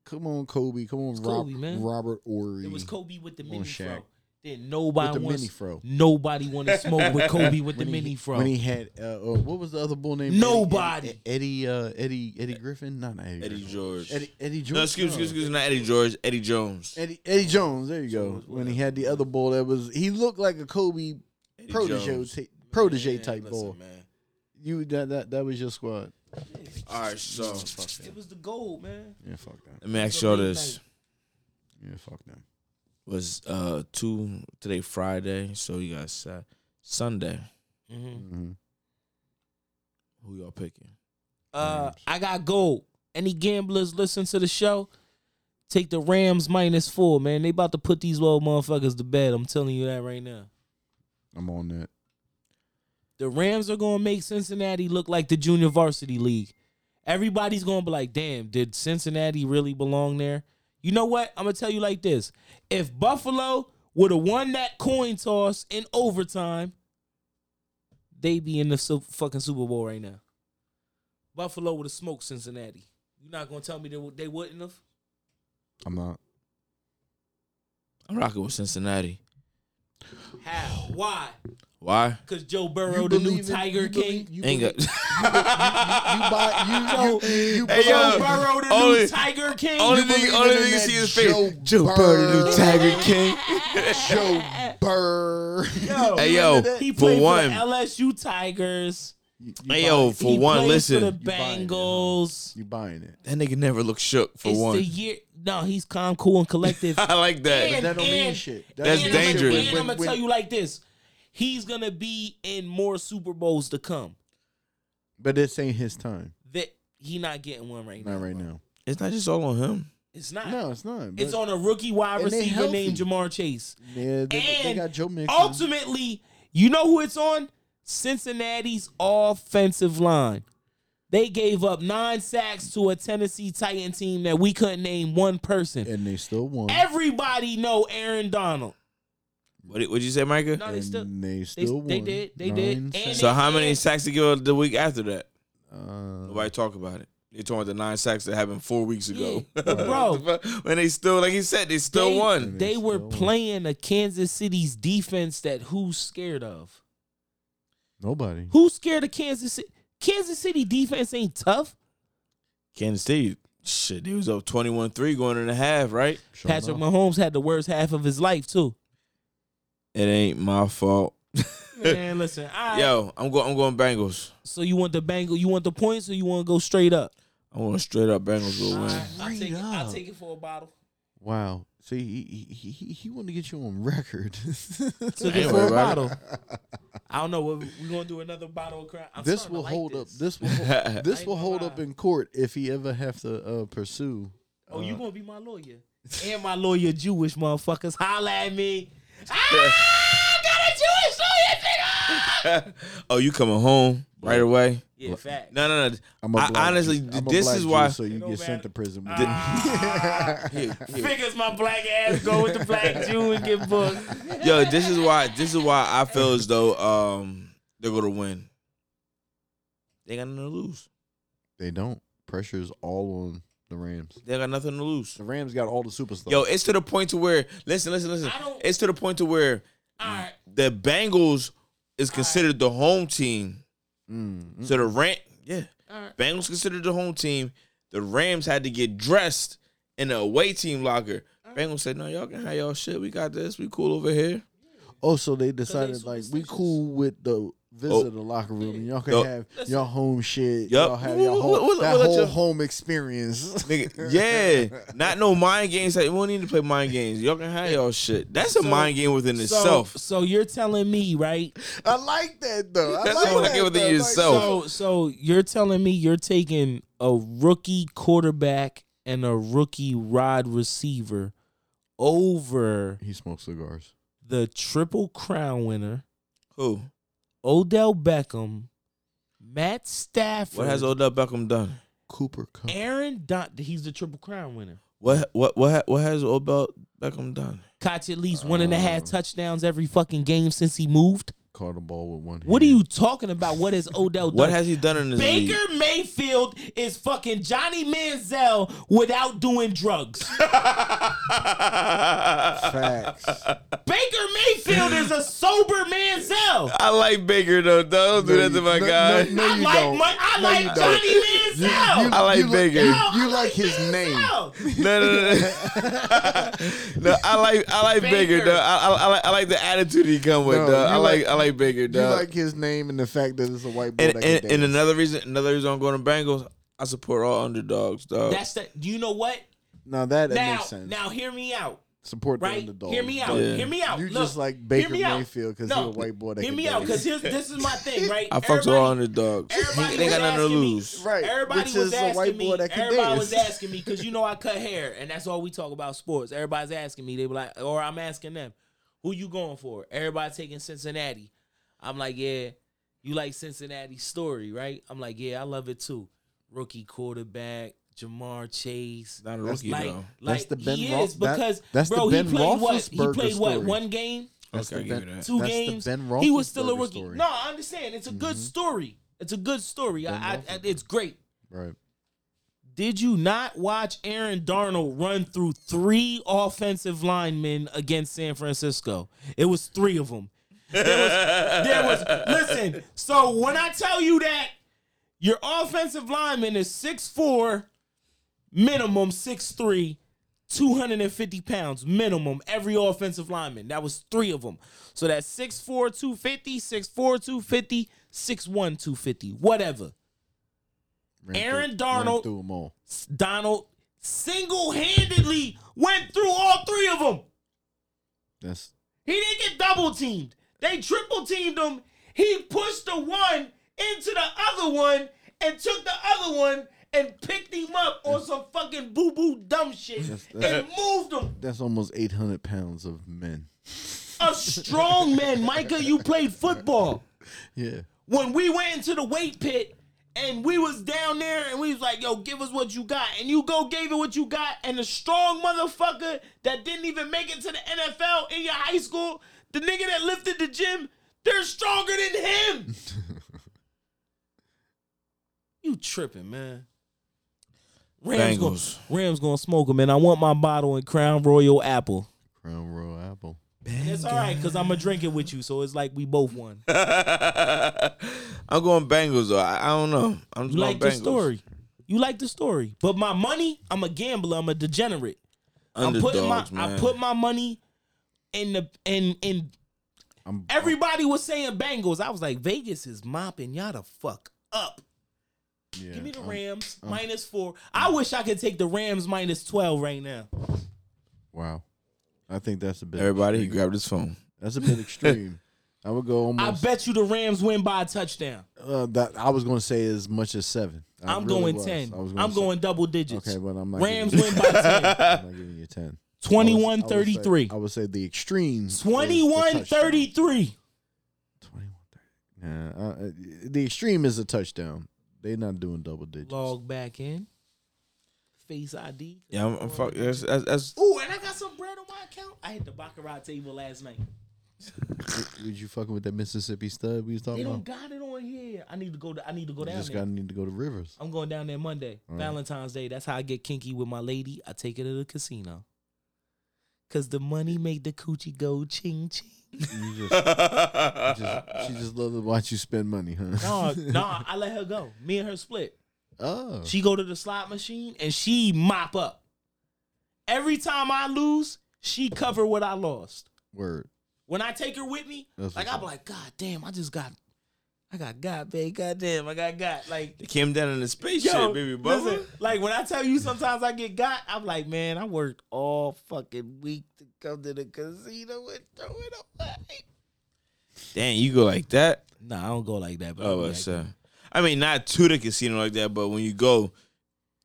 S3: Come on, Kobe. Come on,
S1: It's
S3: Rob-
S1: Kobe, man.
S3: Robert Ori.
S1: It was Kobe with the
S3: Come on,
S1: mini
S3: Shaq.
S1: fro. Then
S3: with
S1: nobody
S3: the
S1: wants.
S3: mini fro.
S1: Nobody want to smoke with Kobe with the
S3: When he-
S1: mini fro.
S3: When he had uh, uh, what was the other bull name? uh,
S1: Nobody.
S3: Eddie Eddie, uh, Eddie Eddie Griffin. No, not Eddie.
S2: Eddie
S3: Griffin.
S2: George.
S3: Eddie Eddie Jones.
S2: no, excuse, excuse, excuse, not Eddie George. Eddie Jones.
S3: Eddie, Eddie Jones, there you go.
S1: Jones,
S3: When he had the other ball, that was he looked like a Kobe
S2: Eddie
S3: protege
S2: Jones.
S3: ta- protege
S1: Man,
S3: type
S1: listen,
S3: ball.
S1: man.
S3: You that that that was your squad.
S2: All right, so
S3: fuck that.
S1: It was the gold, man.
S3: Yeah, fuck that.
S2: let me ask
S1: It's a
S2: y'all
S1: big
S2: this.
S1: night.
S3: Yeah, fuck that.
S2: Was uh two today Friday, so you got Sa- Sunday.
S1: Mm-hmm.
S3: Mm-hmm.
S2: Who y'all picking?
S1: Uh, I got gold. Any gamblers listen to the show? Take the Rams minus four, man. They about to put these little motherfuckers to bed. I'm telling you that right now.
S3: I'm on that.
S1: The Rams are gonna make Cincinnati look like the junior varsity league. Everybody's gonna be like, damn, did Cincinnati really belong there? You know what? I'm gonna tell you like this. If Buffalo would have won that coin toss in overtime, they be in the su- fucking Super Bowl right now. Buffalo would have smoked Cincinnati. You're not gonna tell me they, would- they wouldn't have?
S3: I'm not.
S2: I'm rocking with Cincinnati.
S1: How? Why?
S2: Why?
S1: Because Joe
S3: You
S1: Burrow, the new
S3: believe in-
S1: Tiger
S3: you
S1: King.
S3: believe- you
S2: Ain't
S3: believe-
S2: got.
S3: you buy you you, you
S2: Hey,
S1: Joe
S2: yo.
S3: buy-
S1: Burrow, the new
S2: Only-
S1: Tiger King.
S2: only
S3: you
S2: thing,
S3: believe
S2: only
S3: in
S2: thing you
S3: that
S2: see is face.
S3: Joe
S2: Joe Birdie,
S3: Burr.
S2: new Tiger King.
S3: Joe Burr.
S1: Yo.
S2: Hey yo,
S1: He
S2: for
S1: played
S2: one,
S1: for the LSU Tigers.
S3: You- you
S2: hey yo,
S3: buying-
S2: for
S1: he
S2: one,
S1: played
S2: listen,
S1: for the
S3: buying it, huh?
S1: Bengals.
S3: you buying it?
S2: that nigga never looked shook. For
S1: it's
S2: one,
S1: the year. No, he's calm, cool, and collective.
S2: I like that.
S1: And-
S3: That don't mean
S1: and-
S3: shit. That
S2: That's
S3: don't
S1: and
S3: mean shit.
S1: I'm
S2: dangerous.
S1: Gonna, and I'm
S3: When-
S1: gonna
S3: when-
S1: tell you like this: he's gonna be in more Super Bowls to come.
S3: But this ain't his time.
S1: That he not getting one right
S3: Not
S1: now.
S3: right
S1: bro.
S3: now.
S2: it's not just all on him.
S1: It's not.
S3: No, it's not.
S1: It's
S3: but-
S1: on a rookie wide
S3: And they
S1: receiver named
S3: healthy.
S1: Jamar Chase.
S3: Yeah, they, they
S1: And
S3: got Joe Mixon.
S1: Ultimately, you know who it's on? Cincinnati's offensive line. They gave up nine sacks to a Tennessee Titan team that we couldn't name one person.
S3: and they still won.
S1: Everybody know Aaron Donald.
S2: What did you say, Micah?
S1: No, they still
S3: and they
S1: they
S3: still won.
S1: did- they did.
S3: Nine
S1: And
S2: So
S1: they-
S3: sacks.
S2: how many sacks to give up the week after that?
S3: uh,
S2: Nobody talk about it. They talking about the nine sacks that happened four weeks ago.
S1: Yeah, but bro.
S2: when they still, like he said, they still
S1: They-
S2: won.
S1: they
S3: They
S1: were
S3: still won.
S1: playing a Kansas City's defense that who's scared of?
S3: nobody.
S1: Who's scared of Kansas City? Kansas City defense ain't tough.
S2: Kansas City, shit, they was up twenty-one three going in the half, right?
S3: Sure
S1: Patrick
S3: enough.
S1: Mahomes had the worst half of his life too.
S2: It ain't my fault.
S1: Man, listen, I,
S2: Yo, I'm going. I'm going Bengals.
S1: So you want the bangle? You want the points, or you want to go straight up?
S2: I'm going straight up Bengals will win.
S1: Alright, I'll take, it, I'll
S3: Straight
S1: take it for a bottle.
S3: Wow. See, he he he, he wanted to get you on record.
S1: Took
S2: Ain't
S1: it for
S2: worried
S1: a
S2: about
S1: bottle. I don't know. We're, we gonna do another bottle of crown. I'm
S3: this
S1: starting
S3: will
S1: to like
S3: hold
S1: this.
S3: up. This will hol-
S1: I
S3: this
S1: ain't
S3: will
S1: gonna
S3: hold up
S1: lie.
S3: in court if he ever have to uh, pursue.
S1: Oh,
S3: uh,
S1: you gonna be my lawyer and my lawyer Jewish motherfuckers. Holla at me. Ah, I got a Jewish lawyer. nigga!
S2: oh, you coming home? right away.
S1: Yeah, fact.
S2: No, no, no.
S3: I'm a
S2: I-
S3: black
S2: honestly,
S3: Jew.
S2: th-
S3: I'm a
S2: this
S3: black
S2: is
S3: Jew,
S2: why- Ah.
S3: So you
S1: It don't
S3: get
S1: matter.
S3: sent to prison.
S2: Here, here.
S1: Figures my black ass go with the black Jew and get booked.
S2: Yo, this is why. This is why I feel as though um they're gonna win. They got nothing to lose.
S3: they don't. Pressure is all on the Rams.
S2: They got nothing to lose.
S3: The Rams got all the superstars.
S2: Yo, it's to the point to where listen, listen, listen.
S1: I don't-
S2: It's to the point to where
S1: All right.
S2: the Bengals is considered the home team.
S3: Mm, mm.
S2: So
S1: Mm-hmm.
S2: the rant, yeah,
S1: Alright.
S2: Bengals considered the home team. The Rams had to get dressed in the away team locker. Bengals said, "No, y'all can have y'all shit. We got this. We cool over here."
S3: Oh, so they decided like we
S1: superstitious.
S3: cool with the visit
S2: Oh.
S3: the locker room. and Y'all can
S2: Yo.
S3: have your home shit.
S2: Yup.
S3: Y'all have your
S2: We'll-
S3: whole,
S2: we'll-
S3: that
S2: we'll let
S3: whole
S2: you-
S3: home experience.
S2: Nigga, yeah, not no mind games. Like, we don't need to play mind games. Y'all can have y'all shit. That's
S1: So-
S2: a mind game within
S1: So,
S2: itself.
S1: so you're telling me, right?
S3: I like that though. I
S2: That's
S3: like
S2: all I
S3: that,
S2: get within
S3: though.
S2: yourself.
S3: Like,
S1: So so you're telling me you're taking a rookie quarterback and a rookie rod receiver over
S3: he smokes cigars.
S1: the triple crown winner,
S2: Who?
S1: Odell Beckham, Matt Stafford,
S2: What has Odell Beckham done?
S3: Cooper Cup.
S1: Aaron Don he's the triple crown winner.
S2: What what what ha- what has Odell Beckham done?
S1: Caught at least one and a half
S2: Oh.
S3: Uh.
S1: touchdowns every fucking game since he moved.
S3: Caught the ball with one.
S1: What are
S3: hand.
S1: you talking about? What has Odell done?
S2: What has he done in this league?
S1: Baker Mayfield is fucking Johnny Manziel without doing drugs.
S3: Facts.
S1: Baker Mayfield is a sober Manziel.
S2: I like Baker though. Don't do
S3: No,
S2: that to
S3: you-
S2: my
S3: no,
S2: guy.
S3: no, no,
S1: I
S3: you
S1: like
S3: don't.
S1: my, I
S3: No, you
S1: like
S3: don't.
S1: Johnny Manziel.
S3: You-
S2: I like
S3: you
S2: Baker.
S1: Yo,
S2: you-
S1: I
S3: you like his name.
S1: Manziel.
S2: No, no, no, no. no, I like I like Baker,
S1: Baker.
S2: though. I, I, I like I like the attitude he come with,
S3: No,
S2: though.
S3: you
S2: I like,
S3: like-
S2: I like Baker,
S3: You
S2: though.
S3: like his name and the fact that it's a white boy.
S2: and,
S3: that can
S2: and, and
S3: dance.
S2: another reason, another reason I'm going to Bengals, I support all underdogs, dog.
S1: That's the. You know what?
S3: now that, that
S1: now,
S3: makes sense.
S1: now hear me out.
S3: Support
S1: Right?
S3: the underdog.
S1: Hear me out.
S2: Yeah.
S1: Hear me out.
S3: You
S1: Look,
S3: just like
S1: hear
S3: Baker
S1: me out.
S3: Mayfield because
S1: No,
S3: he's a white boy. That
S1: Hear
S3: can
S1: me
S3: dance.
S1: out, because this is my thing, right?
S2: I fuck with all underdogs.
S1: Everybody
S2: They
S1: was
S2: got nothing to
S1: asking me-
S2: lose.
S3: Right,
S1: Everybody
S3: which
S1: was
S3: is a
S1: asking
S3: white
S1: me.
S3: boy that can
S1: everybody
S3: dance.
S1: was asking me because you know I cut hair, and that's all we talk about sports. Everybody's asking me. They were like, or I'm asking them, who you going for? Everybody taking Cincinnati. I'm like, yeah, you like Cincinnati's story, right? I'm like, yeah, I love it too. Rookie quarterback Jamar Chase.
S2: Not a rookie,
S1: like,
S2: though.
S1: like
S3: That's the Ben
S1: he
S3: Ro-
S1: is
S3: that-
S1: because
S3: that's the
S1: bro,
S3: Ben
S1: he played what? He
S3: Roethlisberger
S1: played what?
S3: story.
S1: One game
S3: That's
S2: Okay,
S3: the
S2: I give
S3: Ben-
S2: you that.
S1: two
S3: That's the
S1: games.
S3: Ben
S1: he was still a
S3: Roethlisberger
S1: rookie.
S3: story. Mm-hmm.
S1: No, I understand. It's a good story. It's a good story.
S3: Ben
S1: I, I,
S3: Roethlisberger.
S1: it's great.
S3: Right.
S1: Did you not watch Aaron Darnold run through three offensive linemen against San Francisco? It was three of them. There was, there was listen. So when I tell you that your offensive lineman is 6'4, minimum 6'3, 250 pounds minimum every offensive lineman. That was three of them. So that's 6'4, 250, 6'4, 250, 6'1, 250, whatever.
S3: Ran
S1: Aaron
S3: through- ran
S1: Darnold-
S3: through them all.
S1: Donald single handedly went through all three of them.
S3: That's
S1: He didn't get double teamed. They triple teamed him. He pushed the one into the other one and took the other one and picked him up on some fucking boo boo dumb shit and moved him.
S3: that's almost eight hundred pounds of men.
S1: A strong man, Micah, you played football.
S3: Yeah.
S1: when we went into the weight pit and we was down there and we was like, yo, give us what you got. And you go gave it what you got. And the strong motherfucker that didn't even make it to the NFL in your high school, the nigga that lifted the gym, they're stronger than him. you tripping, man. Rams gonna,
S2: Bengals.
S1: Rams gonna smoke him, and I want my bottle and Crown Royal Apple.
S3: Crown Royal Apple.
S1: And it's all right, cause I'm gonna drink it with you, so it's like we both won.
S2: I'm going Bengals though. I, I don't know. I'm just
S1: You
S2: going
S1: like the
S2: Bengals.
S1: story. You like the story. But my money, I'm a gambler. I'm a degenerate. I'm
S2: Underdogs,
S1: putting my
S2: man.
S1: I put my money in the in in
S3: I'm
S1: everybody was saying Bengals. I was like, Vegas is mopping y'all the fuck up.
S3: yeah,
S1: Give me the
S3: I'm-
S1: Rams minus four. I wish I could take the Rams minus twelve right now.
S3: Wow. I think that's a bit
S2: Everybody, he
S3: extreme.
S2: grabbed his phone.
S3: that's a bit extreme. I would go
S1: I
S3: almost
S1: bet you the Rams win by a touchdown.
S3: uh, that I was gonna say as much as seven. I
S1: I'm
S3: really
S1: going
S3: was.
S1: ten.
S3: I was
S1: I'm
S3: say-
S1: going double digits.
S3: Okay, but I'm not
S1: Rams
S3: giving
S1: win
S3: you
S1: by ten.
S3: I'm not giving you ten. I would- I would say-
S1: 21 33.
S3: I would say the extreme. is the
S1: 21
S3: touchdown.
S1: 33.
S3: 21 30. Yeah, uh, uh, the extreme is a touchdown. They're not doing double digits.
S1: Log back in. Face ID.
S2: Yeah, I'm, I'm fuck. That's, that's, that's
S1: Ooh, and I got some bread on my account. I hit the baccarat table last night.
S3: Would you fucking with that Mississippi stud we was
S1: They
S3: talking
S1: don't
S3: about?
S1: got it on here. I need to go. To, I need to go
S3: Uh-huh. You
S1: down
S3: just
S1: there.
S3: gotta need to go to Rivers.
S1: I'm going down there Monday,
S3: All right.
S1: Valentine's Day. That's how I get kinky with my lady. I take her to the casino. Cause the money make the coochie go ching ching.
S3: You just, just- she just loves to watch you spend money, huh?
S1: No, no, I let her go. Me and her split.
S3: Oh,
S1: She go to the slot machine and she mop up. Every time I lose, she cover what I lost.
S3: word.
S1: When I take her with me,
S3: That's
S1: like
S3: what's
S1: I'm
S3: up.
S1: like, God damn, I just got, I got God, babe, God damn, I got God. Like
S2: they came down in the spaceship, baby. Bubba.
S1: listen, like when I tell you sometimes I get got, I'm like, man, I worked all fucking week to come to the casino and throw it away.
S2: Damn, you go like that.
S1: Nah, I don't go like that, but
S2: Oh,
S1: I be
S2: well,
S1: like,
S2: sir. I mean, not to the casino like that, but when you go,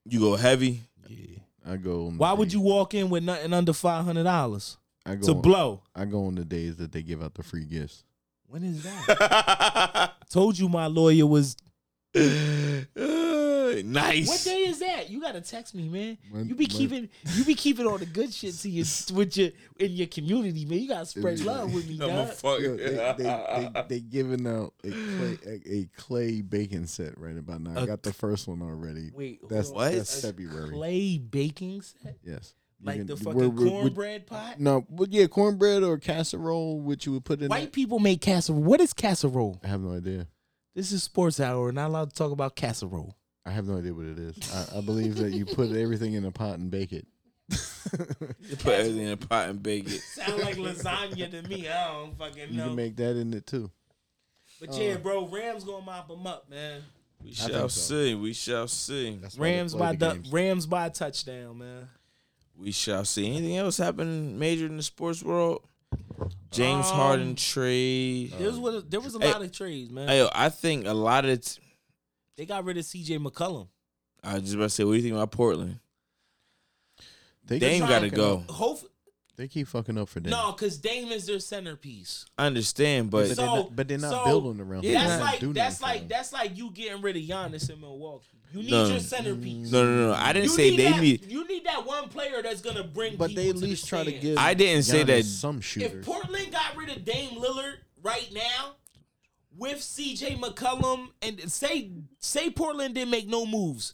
S2: you go heavy.
S3: Yeah, I go. On the
S1: why would
S3: days-
S1: you walk in with nothing under five hundred dollars
S3: I go.
S1: to
S3: on,
S1: blow?
S3: I go on the days that they give out the free gifts.
S1: When is that? Told you my lawyer was.
S2: nice.
S1: What day is that? You gotta text me, man.
S3: Mon-
S1: you be
S3: Mon-
S1: keeping you be keeping all the good shit to your with your in your community, man. You gotta spread
S3: be-
S1: love with me,
S2: I'm a
S1: dog.
S2: fuck.
S3: Yo, they, they, they, they giving out a clay, a, a clay bacon set right about now. I
S1: A
S3: got the first one already.
S1: Wait,
S3: That's
S1: hold on.
S3: That's
S1: A
S3: February.
S1: Clay baking set,
S3: yes. You
S1: like
S3: can-
S1: the
S3: we're-
S1: fucking
S3: we're- we're-
S1: cornbread pot.
S3: No, but yeah, cornbread or casserole, which you would put in.
S1: White people make casserole. What is casserole?
S3: I have no idea.
S1: This is sports hour. We're not allowed to talk about casserole.
S3: I have no idea what it is. I, I believe that you put everything in a pot and bake it.
S2: Put everything in a pot and bake it.
S1: Sound like lasagna to me. I don't fucking
S3: You can make uh, that in it too.
S1: but yeah, bro, Rams gonna mop them up, man.
S2: We
S3: think
S2: shall
S3: so.
S2: see. We shall see.
S3: That's why they
S1: Rams
S3: play
S1: by
S3: the
S1: du-
S3: games.
S1: Rams by a touchdown, man.
S2: We shall see. Anything else happen major in the sports world? James
S1: Um,
S2: Harden
S3: Uh,
S2: trade.
S1: There was what- there was a
S2: Hey.
S1: lot of trades, man.
S2: Hey, yo, I think a lot of. T-
S1: They got rid of C.J. McCollum.
S2: I was just about to say, what do you think about Portland?
S3: They,
S2: Dame
S3: keep
S2: got to
S3: fucking
S2: go.
S3: up-
S1: Hope
S3: They keep fucking up for Dame.
S1: no, because Dame is their centerpiece.
S2: I understand,
S3: but,
S2: but
S3: they're
S1: So-
S3: not, but they're not
S1: so-
S3: building around.
S2: Yeah,
S3: them.
S1: that's
S3: They
S1: like
S3: don't do
S1: that's
S3: nothing for
S1: like
S3: them.
S1: that's like you getting rid of Giannis in Milwaukee. You need
S2: No.
S1: your centerpiece.
S2: no, no, no. I didn't
S1: You
S2: say they
S1: that,
S2: need.
S1: You need that one player that's gonna bring.
S3: But
S1: people
S3: they at
S1: to the
S3: least try to
S1: stand.
S3: give.
S2: I didn't say
S3: Giannis
S2: that-
S3: Some
S1: If
S3: shooters.
S1: Portland got rid of Dame Lillard right now with C.J. McCollum and say say Portland didn't make no moves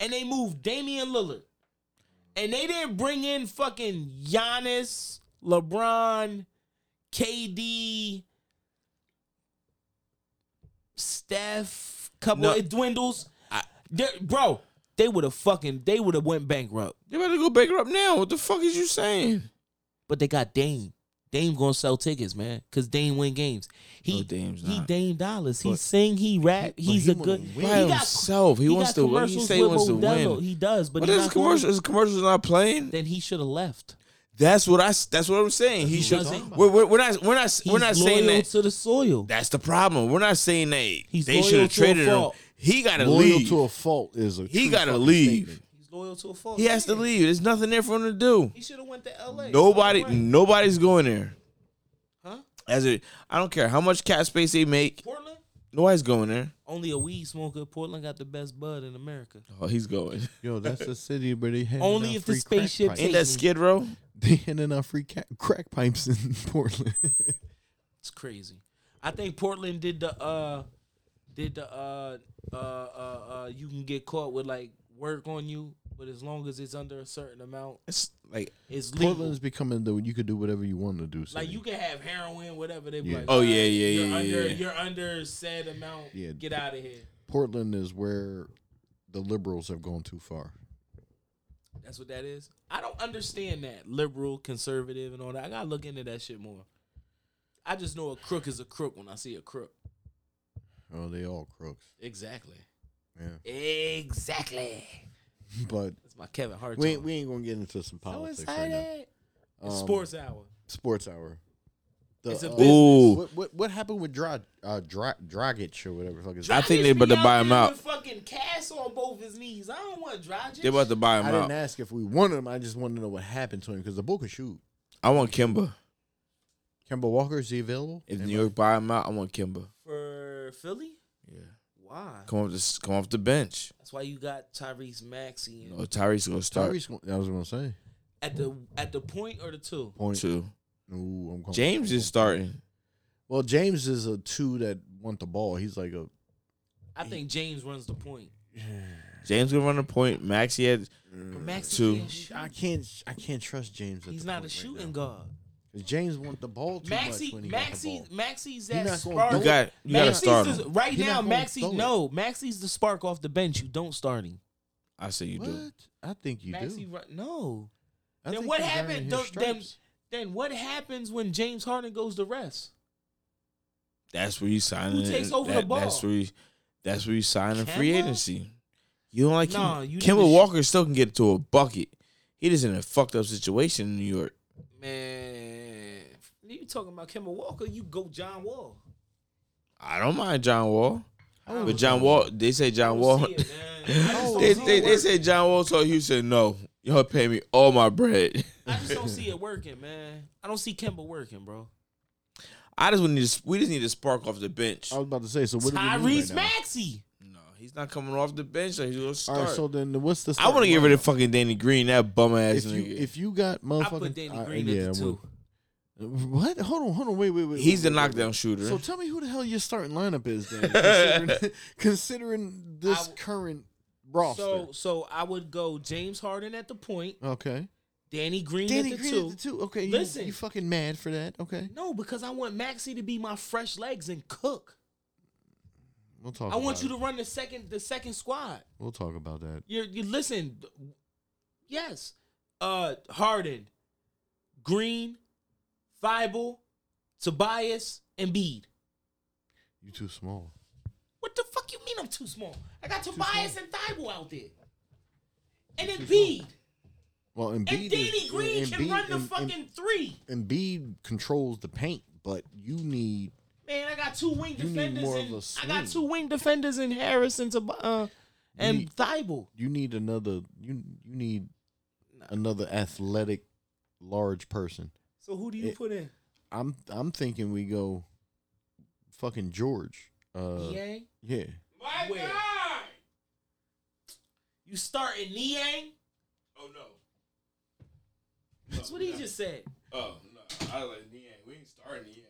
S1: and they moved Damian Lillard and they didn't bring in fucking Giannis, LeBron, KD, Steph, couple
S2: No.
S1: it dwindles. They're- bro, they would have fucking they would have went bankrupt.
S2: They better go bankrupt now. What the fuck is you saying?
S1: but they got Dame. Dame gonna sell tickets, man, because Dame win games. He
S2: No, Dame's
S1: he
S2: not.
S1: Dame dollars. He sing, he rap. He's
S3: he
S1: a good.
S3: wanna
S1: He
S3: win.
S2: By himself, he,
S1: he
S2: wants
S1: got
S2: to win. He
S1: commercials
S2: say he
S1: with
S2: wants to
S1: Modelo.
S2: win.
S1: He does, but,
S2: But
S1: he
S2: his
S1: not going.
S2: commercial, his commercials not playing.
S1: Then he should have left.
S2: That's what I. s- That's what I'm saying. He
S1: That's
S2: should.
S1: what I'm talking
S2: We're, we're, we're not. We're not.
S1: He's
S2: we're not saying
S1: loyal
S2: that.
S1: to the soil.
S2: That's the problem. We're not saying that
S1: He's
S2: they
S1: loyal
S2: should have
S1: to a
S2: traded him.
S1: fault.
S2: He got to
S3: Loyal
S2: leave.
S3: to a fault is a.
S2: he
S3: true
S2: got to
S3: fucking
S2: leave.
S3: statement.
S1: He's loyal to a fault.
S2: He has to leave. There's nothing there for him to do.
S1: He should have went to L.A.
S2: Nobody.
S1: Right.
S2: Nobody's going there.
S1: Huh?
S2: As a, I don't care how much cap space they make.
S1: Portland.
S2: Nobody's going there.
S1: Only a weed smoker. Portland got the best bud in America.
S2: Oh, he's going.
S3: Yo, that's the city where they handed
S1: Only
S3: out
S1: if the
S3: free crack
S1: spaceship
S3: pipes.
S1: take-
S2: Ain't that Skid Row?
S3: They handing out free ca- crack pipes in Portland.
S1: It's crazy. I think Portland did the uh did the uh uh uh, uh you can get caught with like work on you, but as long as it's under a certain amount,
S2: It's like,
S1: it's legal.
S3: Portland's becoming the you could do whatever you want to do. City.
S1: like you can have heroin, whatever they be
S3: Yeah.
S1: like.
S2: oh
S1: "All
S2: yeah,
S1: right,
S2: yeah,
S1: You're
S2: yeah,
S1: under
S2: yeah. yeah.
S1: you're under said amount.
S3: Yeah.
S1: Get out of here.
S3: Portland is where the liberals have gone too far.
S1: That's what that is. I don't understand that liberal, conservative, and all that. I gotta look into that shit more. I just know a crook is a crook when I see a crook.
S3: Oh, they all crooks.
S1: Exactly.
S3: Yeah,
S1: Exactly.
S3: but
S1: That's my Kevin Hart.
S3: we
S1: tone.
S3: ain't, we ain't gonna get into some
S1: So
S3: politics right now.
S1: excited.
S3: Um,
S1: It's sports hour.
S3: sports hour. The,
S1: It's a
S3: uh,
S1: business.
S2: Ooh.
S3: what, what what happened with Dra uh Dra- Dragic or whatever the fuck is
S2: I
S1: Dragic
S2: think they about to
S1: be
S2: buy
S1: out
S2: him
S1: there
S2: out.
S1: with Fucking cast on both his knees. I don't want Dragic.
S2: They about to buy him
S3: I
S2: out.
S3: didn't ask if we wanted him. I just wanted to know what happened to him because the bull could shoot.
S2: I want Kimba.
S3: Kemba Walker is he available?
S2: If
S3: Anybody?
S2: New York buy him out, I want Kimba.
S1: for Philly?
S2: Yeah.
S1: Why?
S2: Come off the come off the bench.
S1: That's why you got Tyrese Maxey and
S2: No, Tyrese gonna start
S3: Tyrese, gon- I was gonna say
S1: at the at the point or the two.
S3: point.
S2: too.
S3: Ooh, I'm going-
S2: James is starting.
S3: well. James is a two that want the ball. He's like a
S1: I think James runs the point.
S2: James gonna run the point. Maxi had
S1: Maxey
S2: Uh, Two.
S1: can't shoot.
S3: I can't I can't trust James. At
S1: He's
S3: the
S1: not a
S3: point
S1: shooting
S3: right now.
S1: guard.
S3: 'Cause James want the ball too much
S1: Maxi,
S3: when he
S1: Maxi,
S3: got the ball.
S1: Maxi's
S3: He
S1: that
S3: not gonna
S1: spark.
S3: do
S2: you got you gotta
S1: Maxi's
S2: start
S1: the-
S2: him.
S1: right
S3: He not
S1: now.
S3: gonna
S1: Maxi,
S3: throw it.
S1: no, Maxi's the spark off the bench. You don't start him.
S2: I say you
S3: what?
S2: do.
S3: I think you
S1: Maxi,
S3: do.
S1: ru- no.
S3: I
S1: Then
S3: think
S1: what
S3: he's earning
S1: happened?
S3: his
S1: Th- then,
S3: stripes.
S1: then what happens when James Harden goes to rest?
S2: That's where you sign.
S1: Who
S2: it.
S1: takes over the
S2: That- That's
S1: ball?
S2: where you, that's where you sign in free
S1: Kemba?
S2: agency. You don't like Kim,
S1: Nah, you need to
S2: Kemba
S1: sh-
S2: Walker still can get to a bucket. He just in a fucked up situation in New York.
S1: Man, you talking about Kemba Walker? You go John Wall.
S2: I don't mind John Wall,
S1: I
S3: Oh.
S1: don't
S2: but John Wall. They say
S1: don't
S2: John Wall.
S1: see it, Oh, man. I just don't
S2: they,
S1: see
S2: they,
S1: it
S2: they
S1: working.
S2: say John Wall told Houston, "No, y'all pay me all my bread."
S1: I just don't see it working, man. I don't see Kemba working, bro.
S2: I just would need. To, we just need to spark off the bench.
S3: I was about to say. So what do we do
S1: Tyrese
S3: right now?
S1: Maxey.
S2: No, he's not coming off the bench. So he's gonna start.
S3: All right. So then what's the?
S2: I want to get
S3: starting
S2: rid
S3: lineup?
S2: of fucking Danny Green, that bum ass
S3: If
S2: nigga.
S3: you if you got
S1: I
S3: motherfucking
S1: put Danny
S3: I-
S1: Green
S3: yeah,
S1: at the
S3: I
S1: two.
S3: would. What? Hold on, hold on, wait, wait, wait.
S2: he's
S3: wait,
S2: the
S3: wait, wait.
S2: knockdown shooter.
S3: So tell me who the hell your starting lineup is then, considering, considering this
S1: I w-
S3: current roster.
S1: So, so I would go James Harden at the point,
S3: okay,
S1: Danny Green
S3: Danny
S1: at the
S3: Green
S1: two.
S3: at the two. Okay,
S1: Listen.
S3: you, you fucking mad for that? Okay,
S1: No, because I want Maxey to be my fresh legs and cook.
S3: we'll talk.
S1: I want
S3: about
S1: you
S3: it.
S1: to run the second the second squad.
S3: We'll talk about that.
S1: You're you listen. Yes, uh, Harden, Green, Thibault, Tobias, and Bede.
S3: You too small.
S1: What the fuck you mean I'm too small? I got Tobias and Thibault out there, and then Bede.
S3: Well, Embiid
S1: And Danny
S3: is,
S1: Green can
S3: Embiid-
S1: run the
S3: Em- Em-
S1: fucking three.
S3: Embiid controls the paint, but you need
S1: Man, I got two wing
S3: You need
S1: defenders.
S3: more
S1: and-
S3: of a
S1: I
S3: swing.
S1: got two wing defenders in Harrison to uh, and
S3: need-
S1: Thibault.
S3: you need another you you need another athletic large person.
S1: So who do you
S3: It-
S1: put in?
S3: I'm I'm thinking we go fucking George. Uh yeah.
S1: Niang. Where? You starting Niang?
S2: Oh no.
S1: That's what he just said.
S2: Oh no. I like Niang. We ain't starting Niang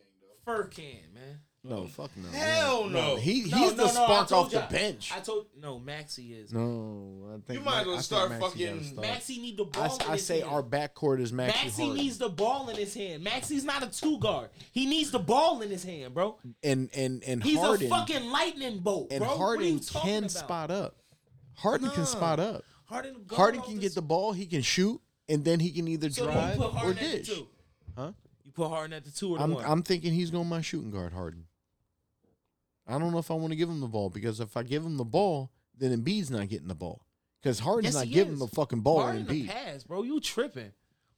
S2: though.
S1: Furkan, man.
S3: No, fuck no.
S2: Hell no.
S3: He he's
S1: No,
S3: the
S1: no, no, I
S3: spark
S1: told
S3: off the
S1: ya.
S3: bench.
S1: I told no, Maxi is.
S3: no, I think
S2: You might as well
S3: I think
S2: start
S3: Maxey gotta
S2: fucking
S3: start.
S1: Maxi need the
S3: I,
S1: ball.
S3: s- I
S1: in his
S3: say
S1: hand.
S3: our backcourt is Maxi,
S1: Maxi needs the ball in his hand. Maxi's not a two guard. He needs the ball in his hand, bro.
S3: and and and
S1: He's
S3: Harden
S1: a fucking lightning bolt,
S3: and
S1: bro. what are
S3: Harden
S1: you talking
S3: can
S1: about?
S3: spot up. Harden
S1: Nah.
S3: can spot up.
S1: Harden. going
S3: Harden
S1: off
S3: can
S1: the
S3: get the ball. He can shoot, and then he can either
S1: So then
S3: drive
S1: you put
S3: or
S1: Harden at
S3: dish.
S1: the two.
S3: Huh?
S1: You put Harden at the two or the
S3: I'm
S1: one.
S3: I'm thinking he's going my shooting guard Harden. I don't know if I want to give him the ball because if I give him the ball, then Embiid's not getting the ball because Harden's
S1: Yes,
S3: not
S1: he
S3: giving
S1: is.
S3: the fucking ball
S1: Harden
S3: to Embiid.
S1: a pass, bro. You tripping?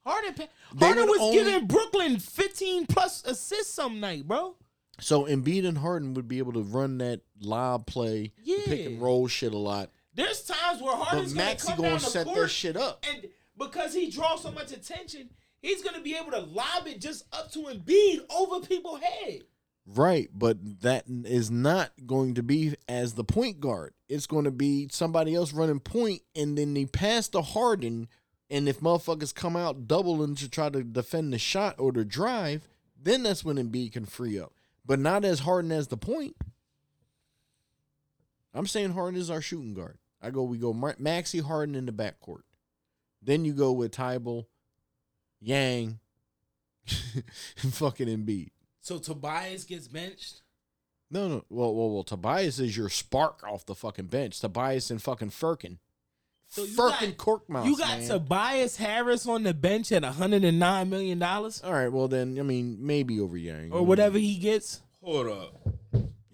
S1: Harden, pa-
S3: They
S1: Harden
S3: would
S1: was
S3: only-
S1: giving Brooklyn 15 plus assists some night, bro.
S3: So Embiid and Harden would be able to run that lob play, the pick
S1: Yeah.
S3: and roll shit a lot.
S1: There's times where Harden's
S3: but
S1: gonna
S3: Maxi
S1: come
S3: gonna
S1: down the
S3: set
S1: court
S3: that shit up.
S1: and because he draws so much attention, he's gonna be able to lob it just up to Embiid over people's head.
S3: Right, but that is not going to be as the point guard. It's going to be somebody else running point, and then they pass to Harden. And if motherfuckers come out doubling to try to defend the shot or the drive, then that's when Embiid can free up. But not as Harden as the point. I'm saying Harden is our shooting guard. I go, we go Mar- Maxi Harden in the backcourt. Then you go with Tybal, Yang, and fucking Embiid.
S1: So Tobias gets benched.
S3: No, no. Well, well, well. Tobias is your spark off the fucking bench. Tobias and fucking Firkin.
S1: So you
S3: Firkin
S1: got-
S3: cork mouth.
S1: you got
S3: man.
S1: Tobias Harris on the bench at 109 million dollars
S3: All right. Well, then I mean maybe over Yang
S1: or whatever he gets
S2: Hold up.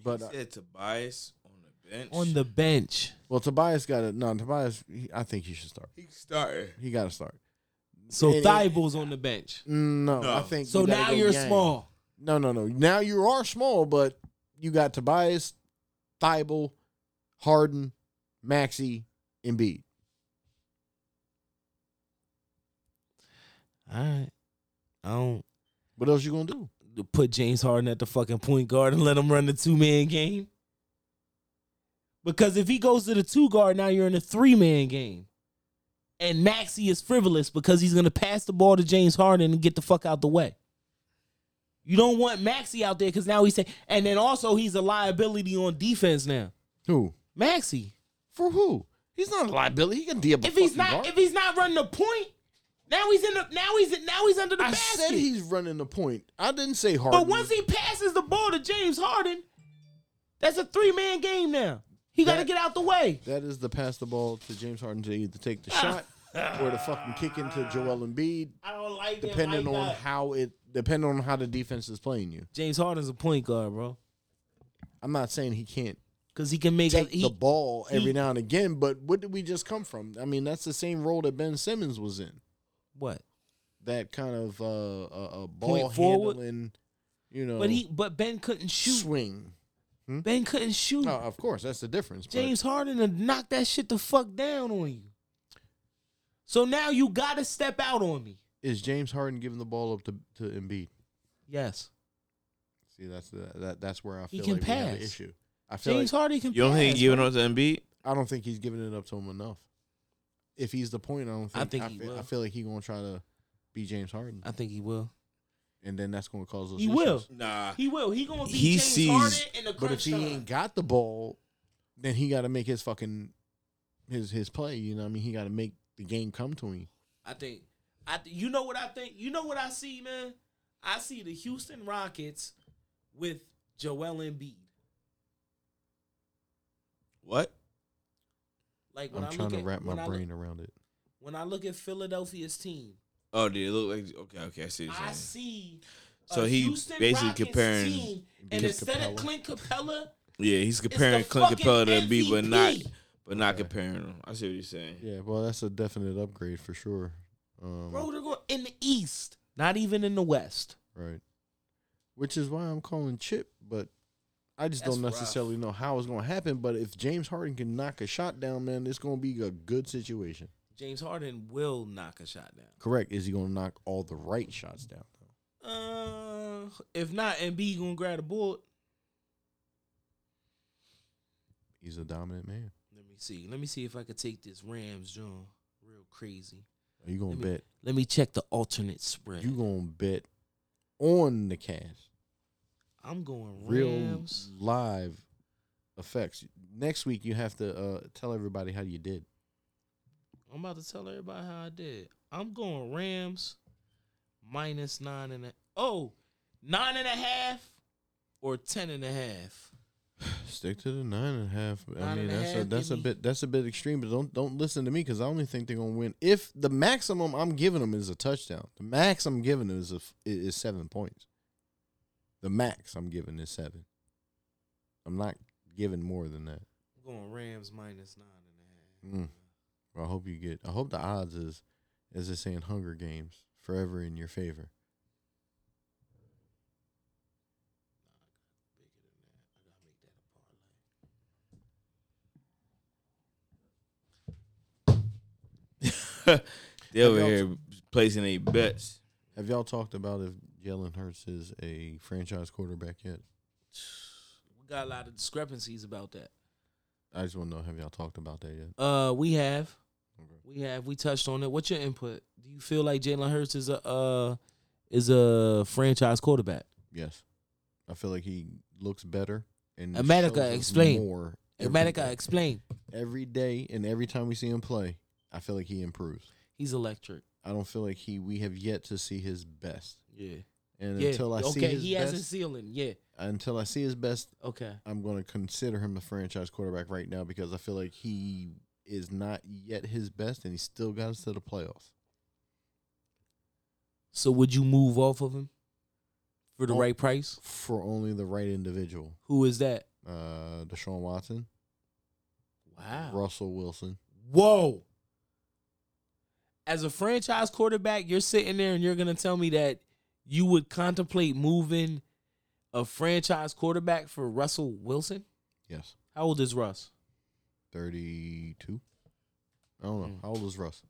S3: But
S2: he
S3: uh,
S2: said Tobias on the bench.
S1: on the bench.
S3: well, Tobias got it. No, Tobias. He, I think he should start.
S2: he started.
S3: He got to start.
S1: So
S3: And- and-
S1: Thibault's on the bench.
S3: No,
S2: No.
S3: I think.
S1: So
S3: you gotta
S1: now
S3: go
S1: you're
S3: Yang.
S1: small.
S3: No, no, no. Now you are small, but you got Tobias, Thibault, Harden, Maxi, Embiid.
S1: All right. I don't
S3: What else you gonna do?
S1: put James Harden at the fucking point guard and let him run the two man game. Because if he goes to the two guard, now you're in a three man game. And Maxi is frivolous because he's gonna pass the ball to James Harden and get the fuck out the way. You don't want Maxi out there because now he's saying, and then also he's a liability on defense now.
S3: Who?
S1: Maxi,
S3: For who? He's not a liability. He can deal
S1: if he's not if he's not running the point, now he's in the now he's now he's under the
S3: I
S1: basket.
S3: said he's running the point. I didn't say hard.
S1: But once he passes the ball to James Harden, that's a three man game now. He Ah. got to
S3: That-
S1: get out the way.
S3: That is the pass the ball to James Harden to either take the shot or to fucking kick into Joel Embiid,
S1: I don't like uh, that.
S3: depending on how it depending on how the defense is playing you.
S1: James Harden's a point guard, bro,
S3: I'm not saying he can't
S1: because he can make
S3: take
S1: he,
S3: the ball every
S1: he-
S3: now and again, but what did we just come from? I mean, that's the same role that Ben Simmons was in.
S1: what,
S3: That kind of uh, uh, uh ball
S1: Point forward?
S3: handling, you know,
S1: but he but Ben couldn't shoot.
S3: swing.
S1: Ben couldn't shoot.
S3: No, of course, that's the difference. but-
S1: James Harden to knock that shit the fuck down on you. So now you got to step out on me.
S3: is James Harden giving the ball up to to Embiid?
S1: Yes,
S3: See, that's the, that that's where I
S1: He
S3: feel
S1: can
S3: like we have
S1: pass.
S3: an issue. I feel
S1: James
S3: like,
S1: Harden can.
S2: You don't think
S1: pass,
S2: he giving
S1: bro.
S2: up to Embiid?
S3: I don't think he's giving it up to him enough. If he's the point, I don't think.
S1: I think he
S3: feel,
S1: will.
S3: I feel like he's gonna try to be James Harden,
S1: I think he will.
S3: and then that's gonna cause us.
S1: He will.
S2: Nah.
S1: He will. He gonna be
S2: He
S1: James
S2: sees-
S1: Harden in the crunch
S3: But if he
S1: time.
S3: ain't got the ball, then he got to make his fucking his his play. You know, what I mean, he got to make the game come to him.
S1: I think I th- you know what I think. You know what I see, man. I see the Houston Rockets with Joel Embiid.
S2: What?
S1: Like when
S3: I'm
S1: i
S3: trying
S1: look
S3: to
S1: at,
S3: wrap my
S1: when I look-
S3: brain around it.
S1: when I look at Philadelphia's team,
S2: Oh, dude, it look like okay, okay, I see. What
S1: I
S2: you're saying.
S1: see.
S2: So
S1: a
S2: he
S1: Houston
S2: basically
S1: Rockets
S2: comparing
S1: team, and
S3: Clint
S1: instead
S3: Capella.
S1: of Clint Capella,
S2: Yeah, he's
S1: it's
S2: comparing
S1: the
S2: Clint
S1: fucking
S2: Capella to Embiid, but not,
S1: MVP.
S2: but not
S3: Okay.
S2: comparing him. I see what you're saying.
S3: Yeah, well, that's a definite upgrade for sure. Um,
S1: bro. They're going in the East, not even in the West.
S3: Right. Which is why I'm calling Chip, but I just don't
S1: That's
S3: necessarily know how it's going to happen. But if James Harden can knock a shot down, man, it's going to be a good situation.
S1: James Harden will knock a shot down.
S3: Correct. Is he going to knock all the right shots down? though?
S1: Uh, if not, Embiid gonna grab the bullet.
S3: He's a dominant man.
S1: Let me see. Let me see if I could take this Rams John real crazy.
S3: Are you going
S1: Let
S3: to
S1: me-
S3: bet?
S1: Let me check the alternate spread.
S3: You going to bet on the cash.
S1: I'm going
S3: Real
S1: Rams.
S3: live effects. Next week, you have to uh, tell everybody how you did.
S1: I'm about to tell everybody how I did. I'm going Rams minus nine and a oh nine and a half or ten and a half.
S3: Stick to the nine and a half. I
S1: Nine
S3: mean,
S1: and a
S3: that's a
S1: half,
S3: that's a
S1: give me-
S3: bit that's a bit extreme. But don't don't listen to me because I only think they're gonna win. If the maximum I'm giving them is a touchdown, the max I'm giving them is a, f- i- is seven points. The max I'm giving is seven. I'm not giving more than that.
S1: I'm going Rams minus nine and a half.
S3: Mm. I hope you get. I hope the odds is, as they say in Hunger Games, forever in your favor.
S2: They over
S3: y'all-
S2: here placing their bets.
S3: Have y'all talked about if Jalen Hurts is a franchise quarterback yet?
S1: We got a lot of discrepancies about that.
S3: I just want to know. Have y'all talked about that yet?
S1: Uh, we have,
S3: Okay.
S1: we have, we touched on it. What's your input? Do you feel like Jalen Hurts is a uh is a franchise quarterback?
S3: Yes, I feel like he looks better and
S1: America,
S3: shows us
S1: explain.
S3: more. every
S1: America,
S3: day.
S1: explain.
S3: every day and every time we see him play, I feel like he improves.
S1: He's electric.
S3: I don't feel like he. We have yet to see his best,
S1: Yeah.
S3: and
S1: yeah.
S3: until I
S1: okay,
S3: see his
S1: he has a
S3: best,
S1: ceiling. Yeah.
S3: until I see his best,
S1: Okay.
S3: I'm going to consider him a franchise quarterback right now because I feel like he is not yet his best, and he still got us to the playoffs.
S1: So would you move off of him for the
S3: Oh.
S1: right price?
S3: For only the right individual,
S1: Who is that?
S3: uh, Deshaun Watson,
S1: Wow.
S3: Russell Wilson.
S1: Whoa. As a franchise quarterback, you're sitting there and you're going to tell me that you would contemplate moving a franchise quarterback for Russell Wilson?
S3: Yes,
S1: How old is Russ?
S3: thirty-two. I don't know
S1: Mm.
S3: how old is Russ.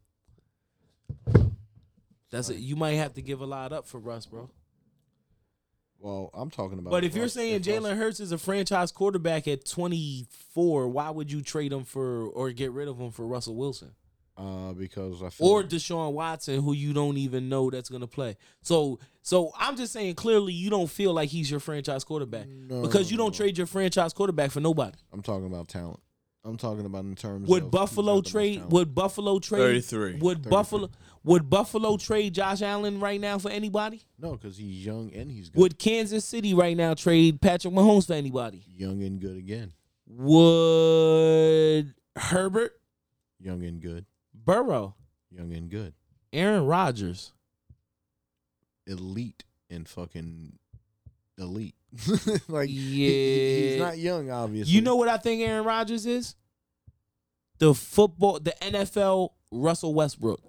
S1: That's it. You might have to give a lot up for Russ, bro.
S3: Well, I'm talking about.
S1: But if you're
S3: Russ-
S1: saying
S3: if Russ-
S1: Jalen Hurts is a franchise quarterback at 24, why would you trade him for or get rid of him for Russell Wilson
S3: uh, because I feel
S1: or Deshaun Watson, who you don't even know that's gonna play? So, so I'm just saying clearly you don't feel like he's your franchise quarterback
S3: No,
S1: because you don't
S3: no.
S1: trade your franchise quarterback for nobody.
S3: I'm talking about talent. I'm talking about in terms. of
S1: Would
S3: who's got the
S1: Buffalo
S3: most
S1: trade?
S3: talent.
S1: Would Buffalo trade?
S2: 33.
S1: Would Buffalo? Would Buffalo trade Josh Allen right now for anybody?
S3: No, because he's young and he's good.
S1: Would Kansas City right now trade Patrick Mahomes for anybody?
S3: young and good again.
S1: Would Herbert,
S3: Young and good.
S1: Burrow,
S3: Young and good.
S1: Aaron Rodgers,
S3: Elite and fucking elite. like he- he-
S1: Yeah.
S3: he's not young, obviously.
S1: you know what I think Aaron Rodgers is? The football, the NFL Russell Westbrook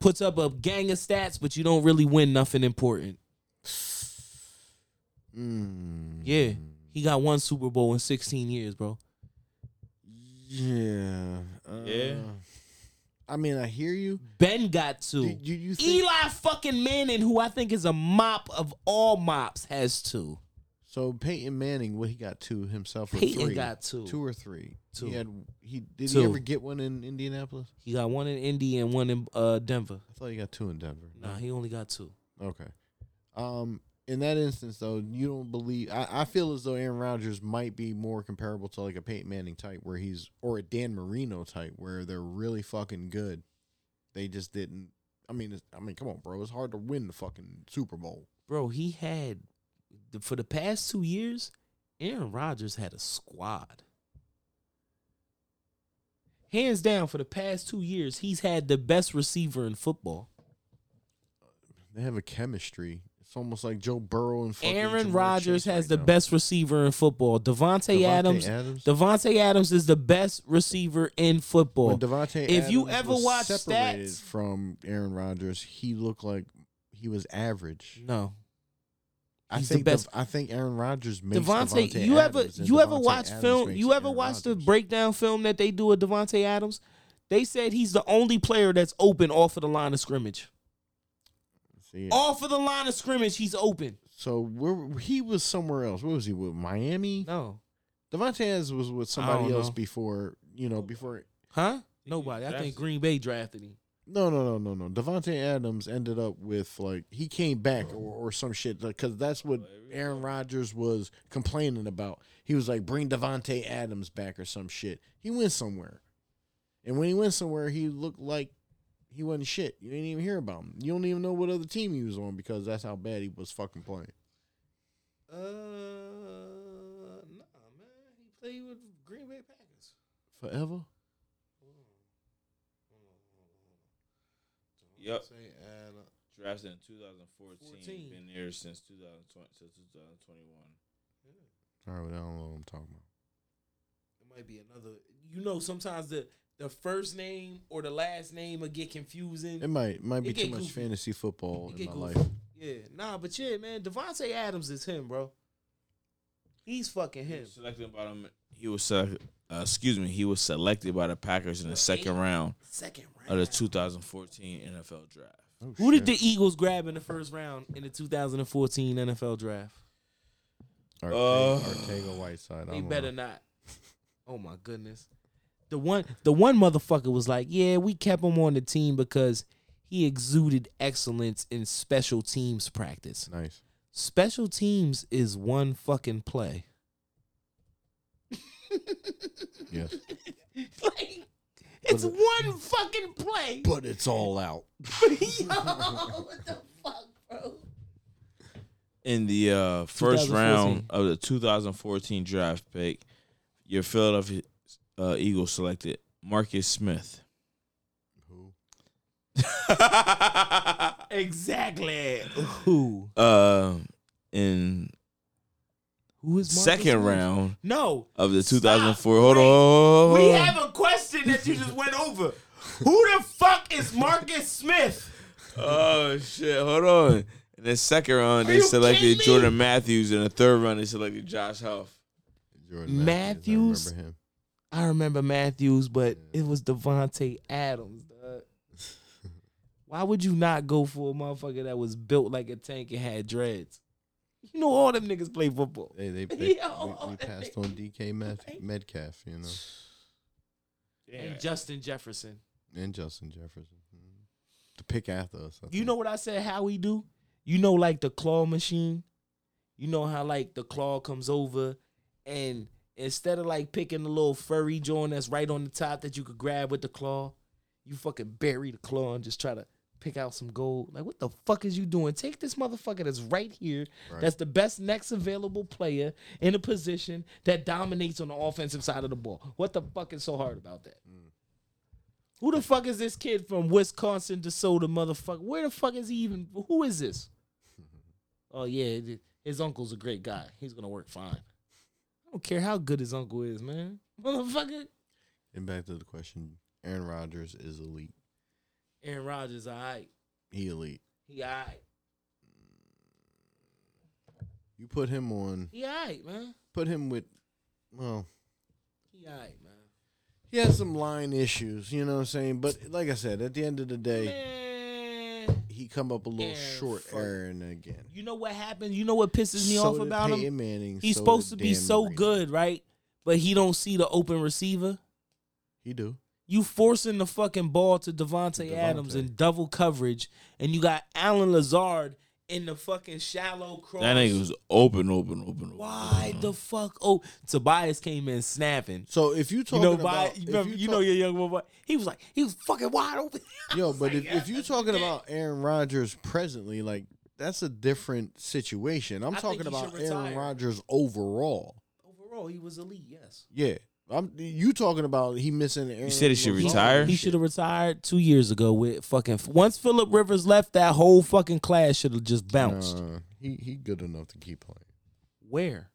S1: puts up a gang of stats, but you don't really win nothing important.
S3: Mm.
S1: Yeah, he got one Super Bowl in 16 years, bro.
S3: Yeah. Uh,
S2: Yeah.
S3: I mean, I hear you.
S1: Ben got two.
S3: Do, do you think
S1: Eli fucking Manning, who I think is a mop of all mops, has two.
S3: so? Peyton Manning, what he got two himself or
S1: Peyton
S3: three?
S1: got two.
S3: two or three.
S1: Two.
S3: He had. He did
S1: Two.
S3: he ever get one in Indianapolis?
S1: He got one in Indy and one in uh, Denver.
S3: I thought he got two in Denver.
S1: Nah, he only got two.
S3: Okay. Um, in that instance, though, you don't believe. I, I feel as though Aaron Rodgers might be more comparable to like a Peyton Manning type, where he's or a Dan Marino type, where they're really fucking good. They just didn't. I mean, it's, I mean, come on, bro. It's hard to win the fucking Super Bowl.
S1: Bro, he had the- for the past two years, Aaron Rodgers had a squad. Hands down, for the past two years, he's had the best receiver in football.
S3: They have a chemistry. It's almost like Joe Burrow and fucking
S1: Aaron
S3: Jamar
S1: Rodgers
S3: Chase
S1: has
S3: right
S1: the
S3: now.
S1: best receiver in football. Devontae,
S3: Devontae
S1: Adams.
S3: Adams?
S1: Devontae Adams is the best receiver in football.
S3: When Devontae,
S1: If you
S3: Adams
S1: ever
S3: was
S1: watch
S3: separated
S1: stats-
S3: from Aaron Rodgers, he looked like he was average.
S1: no.
S3: I
S1: He's the
S3: think the
S1: best.
S3: I think Aaron Rodgers makes
S1: Devontae,
S3: Devontae.
S1: you ever
S3: Adams, and
S1: you ever
S3: Devontae
S1: watch
S3: Adams
S1: film?
S3: makes
S1: You ever
S3: Aaron
S1: watch the
S3: Rodgers.
S1: breakdown film that they do with Devontae Adams? They said he's the only player that's open off of the line of scrimmage.
S3: See,
S1: Off of the line of scrimmage, he's open.
S3: so where he was somewhere else. What was he with Miami?
S1: No,
S3: Devontae Adams was with somebody
S1: don't
S3: else
S1: know.
S3: before. You know before.
S1: huh? Nobody. I think Green Bay drafted him.
S3: No, no, no, no, no. Devontae Adams ended up with like he came back or, or some shit because that's what Aaron Rodgers was complaining about. He was like, "Bring Devontae Adams back or some shit." He went somewhere, and when he went somewhere, he looked like he wasn't shit. You didn't even hear about him. You don't even know what other team he was on because that's how bad he was fucking playing.
S1: Uh, nah, man, he played with Green Bay Packers.
S3: Forever.
S2: Yep.
S3: Devontae Adams.
S2: Drafted in 2014.
S1: 14.
S2: Been there since 2020 to 2021.
S3: Sorry, but I don't know what I'm talking about.
S1: It might be another. You know, sometimes the the first name or the last name will get confusing.
S3: It might might be
S1: It get
S3: too much
S1: goofy.
S3: fantasy football
S1: It
S3: in
S1: get
S3: my
S1: goofy.
S3: life.
S1: Yeah, nah, but yeah, man, Devontae Adams is him, bro. He's fucking
S2: He
S1: him.
S2: was selected by them. He was select, uh, excuse me. He was selected by the Packers in the second round
S1: Second
S2: of
S1: round.
S2: the 2014 NFL draft.
S3: Oh,
S1: Who did
S3: shit.
S1: the Eagles grab in the first round in the 2014 NFL draft?
S3: Ortega,
S2: Uh,
S3: Ortega Whiteside. I
S1: They
S3: don't
S1: better
S3: know.
S1: not. Oh my goodness. The one the one motherfucker was like, "Yeah, we kept him on the team because he exuded excellence in special teams practice."
S3: Nice.
S1: Special teams is one fucking play.
S3: Yes.
S1: like it's
S3: it-
S1: one fucking play.
S3: but it's all out.
S1: Yo, what the fuck, bro?
S2: In the uh, first
S1: 2014.
S2: round of the 2014 draft pick, your Philadelphia uh, Eagles selected Marcus Smith.
S3: Who?
S1: Exactly. Who?
S2: uh, in
S1: Who is Marcus
S2: second
S1: Williams?
S2: round Oh.
S1: No.
S2: of the
S1: Stop.
S2: 2004. Hold on.
S1: We have a question that you just went over. Who the fuck is Marcus Smith?
S2: Oh shit! Hold on. In the second round,
S1: Are
S2: they
S1: you kidding
S2: selected
S1: me?
S2: Jordan Matthews. In the third round, they selected Josh Huff.
S3: Jordan
S1: Matthews?
S3: I remember him.
S1: I remember Matthews, but it was Devontae Adams, dog. Why would you not go for a motherfucker that was built like a tank and had dreads? You know all them niggas play football.
S3: Hey, they, they, they,
S1: Yo.
S3: we passed on DK Met, Metcalf, you know,
S1: And Justin Jefferson.
S3: and Justin Jefferson. Mhm.
S5: to pick after us.
S1: You know what I said? How we do? You know, like the claw machine. You know how like the claw comes over, and instead of like picking the little furry joint that's right on the top that you could grab with the claw, you fucking bury the claw and just try to pick out some gold. Like what the fuck is you doing? Take this motherfucker that's right here, that's the best next available player in a position that dominates on the offensive side of the ball. What the fuck is so hard about that? Who the fuck is this kid from Wisconsin, DeSoto, motherfucker? Where the fuck is he even? Who is this? oh yeah, th- his uncle's a great guy. He's gonna work fine. I don't care how good his uncle is, man. Motherfucker.
S3: And back to the question: Aaron Rodgers is elite.
S1: Aaron Rodgers, alright.
S3: He elite.
S1: He alright.
S3: You put him on.
S1: He alright, man.
S3: Put him with. Well,
S1: He alright, man.
S3: he has some line issues. You know what I'm saying? But like I said, at the end of the day,
S1: Man.
S3: he come up a little
S1: Aaron
S3: short.
S1: fuck-
S3: Aaron again.
S1: You know what happened? You know what pisses me
S3: So
S1: off
S3: did
S1: about him?
S3: Peyton Manning,
S1: He's
S3: so
S1: supposed to
S3: did
S1: be
S3: Dan
S1: so
S3: Marino.
S1: good, right? But he don't see the open receiver.
S3: He do.
S1: You forcing the fucking ball to Devontae Adams in double coverage, and you got Alan Lazard in the fucking shallow cross.
S2: That nigga was open, open, open. open.
S1: Why the fuck? Oh, Tobias came in snapping.
S3: So if you
S1: You
S3: talking
S1: know,
S3: about,
S1: by,
S3: if
S1: you, remember-
S3: you
S1: you
S3: talk-
S1: know your young boy. He was like, he was fucking wide open.
S3: Yo, but if, if you're talking about Aaron Rodgers presently, like that's a different situation. I'm
S1: I think
S3: talking
S1: he should
S3: about Aaron
S1: retire.
S3: Rodgers overall.
S1: Overall, he was elite. Yes,
S3: Yeah, I'm. You talking about he missing? Aaron
S2: said he should
S3: Lazard
S2: retire?
S3: and
S1: he
S3: shit.
S1: should have retired two years ago. With fucking once Philip Rivers left, that whole fucking class should have just bounced.
S3: Nah, he he good enough to keep playing
S1: Where?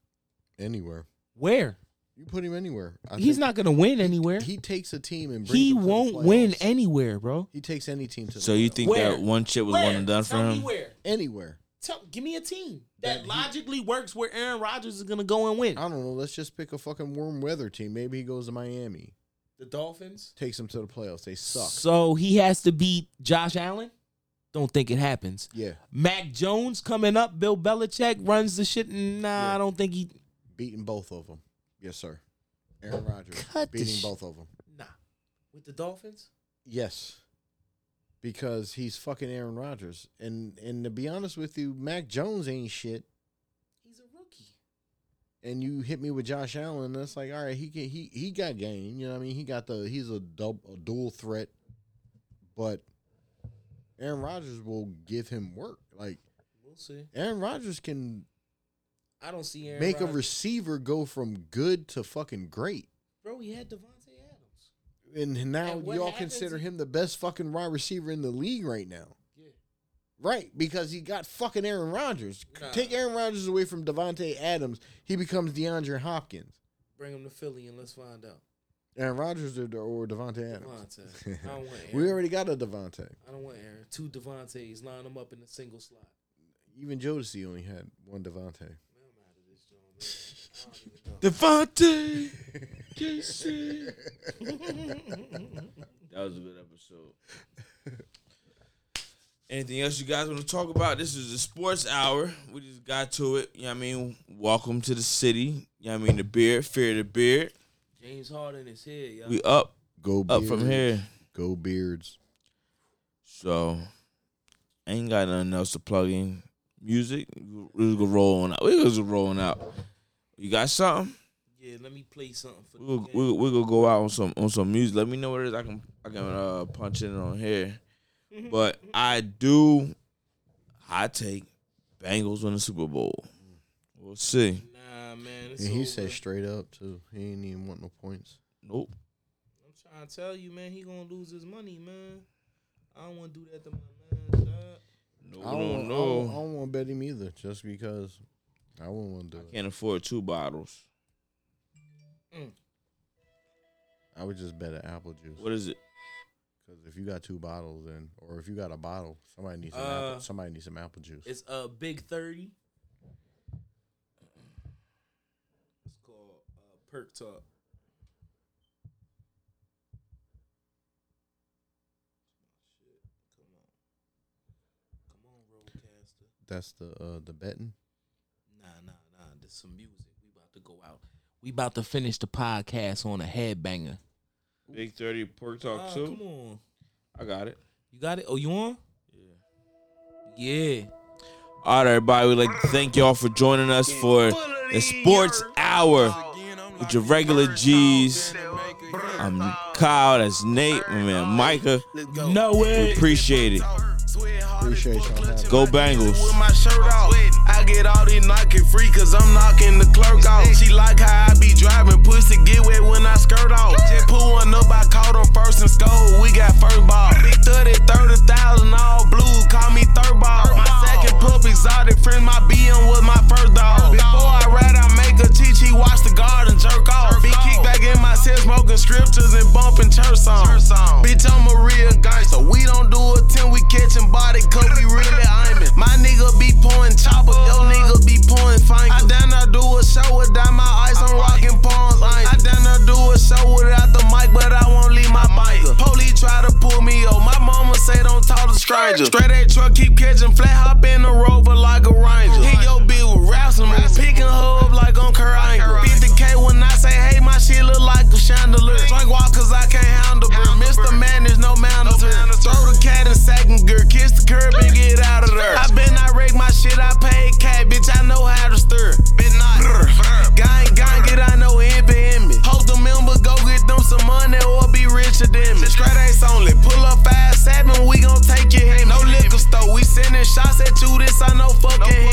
S3: anywhere.
S1: Where?
S3: You put him anywhere. I
S1: He's
S3: think
S1: not gonna win anywhere. He,
S3: He takes a team and brings them to the
S1: won't win
S3: playoffs.
S1: anywhere, bro.
S3: he takes any team to. The
S2: So you
S3: playoffs.
S2: think
S1: Where?
S2: that one chip was one and done for him?
S1: where.
S3: anywhere?
S1: Tell, give me a team that, logically works where Aaron Rodgers is gonna go and win.
S3: I don't know. Let's just pick a fucking warm weather team. Maybe he goes to Miami,
S1: The Dolphins
S3: takes them to the playoffs. They suck.
S1: So he has to beat Josh Allen. Don't think it happens.
S3: Yeah,
S1: Mac Jones coming up. Bill Belichick runs the shit. Nah, I don't think he.
S3: beating both of them. Yes, sir. Aaron Rodgers
S1: Cut the
S3: beating
S1: sh-
S3: both of them.
S1: Nah, with the Dolphins.
S3: Yes. Because he's fucking Aaron Rodgers. And and to be honest with you, Mac Jones ain't shit.
S1: He's a rookie.
S3: And you hit me with Josh Allen, that's like, all right, he can, he he got game. You know what I mean? He got the he's a, dub, a dual threat. But Aaron Rodgers will give him work. Like
S1: We'll see.
S3: Aaron Rodgers can
S1: I don't see Aaron.
S3: make a
S1: Rodgers.
S3: receiver go from good to fucking great.
S1: bro. He had Devontae Adams.
S3: And now
S1: And what
S3: y'all
S1: happens-
S3: consider him the best fucking wide receiver in the league right now. Right, because he got fucking Aaron Rodgers.
S1: Nah.
S3: Take Aaron Rodgers away from Devontae Adams, he becomes DeAndre Hopkins.
S1: Bring him to Philly and let's find out.
S3: Aaron Rodgers or, or Devontae Adams.
S1: Devontae. I don't want
S3: we
S1: Aaron.
S3: already got a Devontae.
S1: I don't want Aaron. Two Devontae's line them up in a single slot.
S3: Even Jodeci only had one Devontae.
S1: Man, I'm out of this joint, man. I don't even know.
S2: Devontae Casey. that was a good episode. Anything else you guys want to talk about? This is the sports hour. We just got to it. You know what I mean? Welcome to the city. You know what I mean? The beard, fear the beard.
S1: James Harden is here, y'all.
S2: We up,
S3: Go
S2: up
S3: beards.
S2: from here.
S3: Go beards.
S2: So ain't got nothing else to plug in. Music, we was gonna roll on out. We was rolling out. You got something?
S1: yeah, let me play something for
S2: We'll,
S1: the game.
S2: we'll, we'll go out on some on some music. Let me know what it is. I can I can uh, punch in on here. But I do. I take Bengals win the Super Bowl. We'll see.
S1: Nah, man. It's
S3: And he
S1: over.
S3: said straight up too. He ain't even want no points.
S2: Nope.
S1: I'm trying to tell you, man, he gonna lose his money, man. I don't want to do that to my man. dog.
S2: No,
S3: I don't,
S2: don't
S3: I don't, I
S2: know.
S3: don't want to bet him either, just because I wouldn't want to do it.
S2: Can't afford two bottles.
S3: I would just bet an apple juice.
S2: What is it?
S3: Because if you got two bottles, then or if you got a bottle, somebody needs some
S1: Uh,
S3: apple, somebody needs some apple juice.
S1: It's a uh, big thirty. It's called uh, Perk Talk. Come on, Come on, Roadcaster.
S3: That's the uh, the betting.
S1: some music. We about to go out. We about to finish the podcast on a headbanger.
S2: Big Thirty Pork Talk
S1: Ah,
S2: too.
S1: come on.
S2: I got it.
S1: You got it? Oh, you on? Yeah. Yeah.
S2: All right, everybody. We'd like to thank y'all for joining us for the Sports Hour with your regular G's. I'm Kyle. That's Nate. My man, Micah.
S1: No
S2: We
S1: way.
S2: appreciate it.
S6: Appreciate y'all. having
S2: Go Bengals.
S7: with my shirt off. I get all these knocking free cause I'm knocking the clerk off. She like how I be driving, pussy get wet when I skirt off. Just pull one up, I caught him first and scored. We got first ball. Big 30, 30,000 all blue, call me third ball. My second pup exotic friend, my BM was my first dog. Before I ride, I make a TT, watch the garden jerk off. Big kick back in my cell, smoking scriptures and bumping church songs. Bitch, I'm a real gangster. We don't do a 10, we catching body, cause we really aiming. My nigga be pouring chopper, yo nigga be pouring finger. Uh-huh. I done I do a show without my ice, I'm rocking palms. I done I do a show without the mic, but I won't leave my biker. Police try to pull me over, my mama say don't talk to strangers. Straight A truck keep catching flat, hop in the rover like a ranger. Hit your bill with raps and picking her up like on Kurt Angle. 50k when I say hey, my shit look like a chandelier. Drink walkers, I can't handle, bro. Mr. Man, there's no manners here. Throw the cat in second gear, kiss the curb and get out of there. I been I wreck my shit, I paid cat, bitch. I know how to stir. Been not gang gang, get I know envy in me. Hold the member, go get them some money or be richer than me. Straight ace only, pull up five seven, we gon' take your hand. No liquor store, we sending shots at you. This I know fucking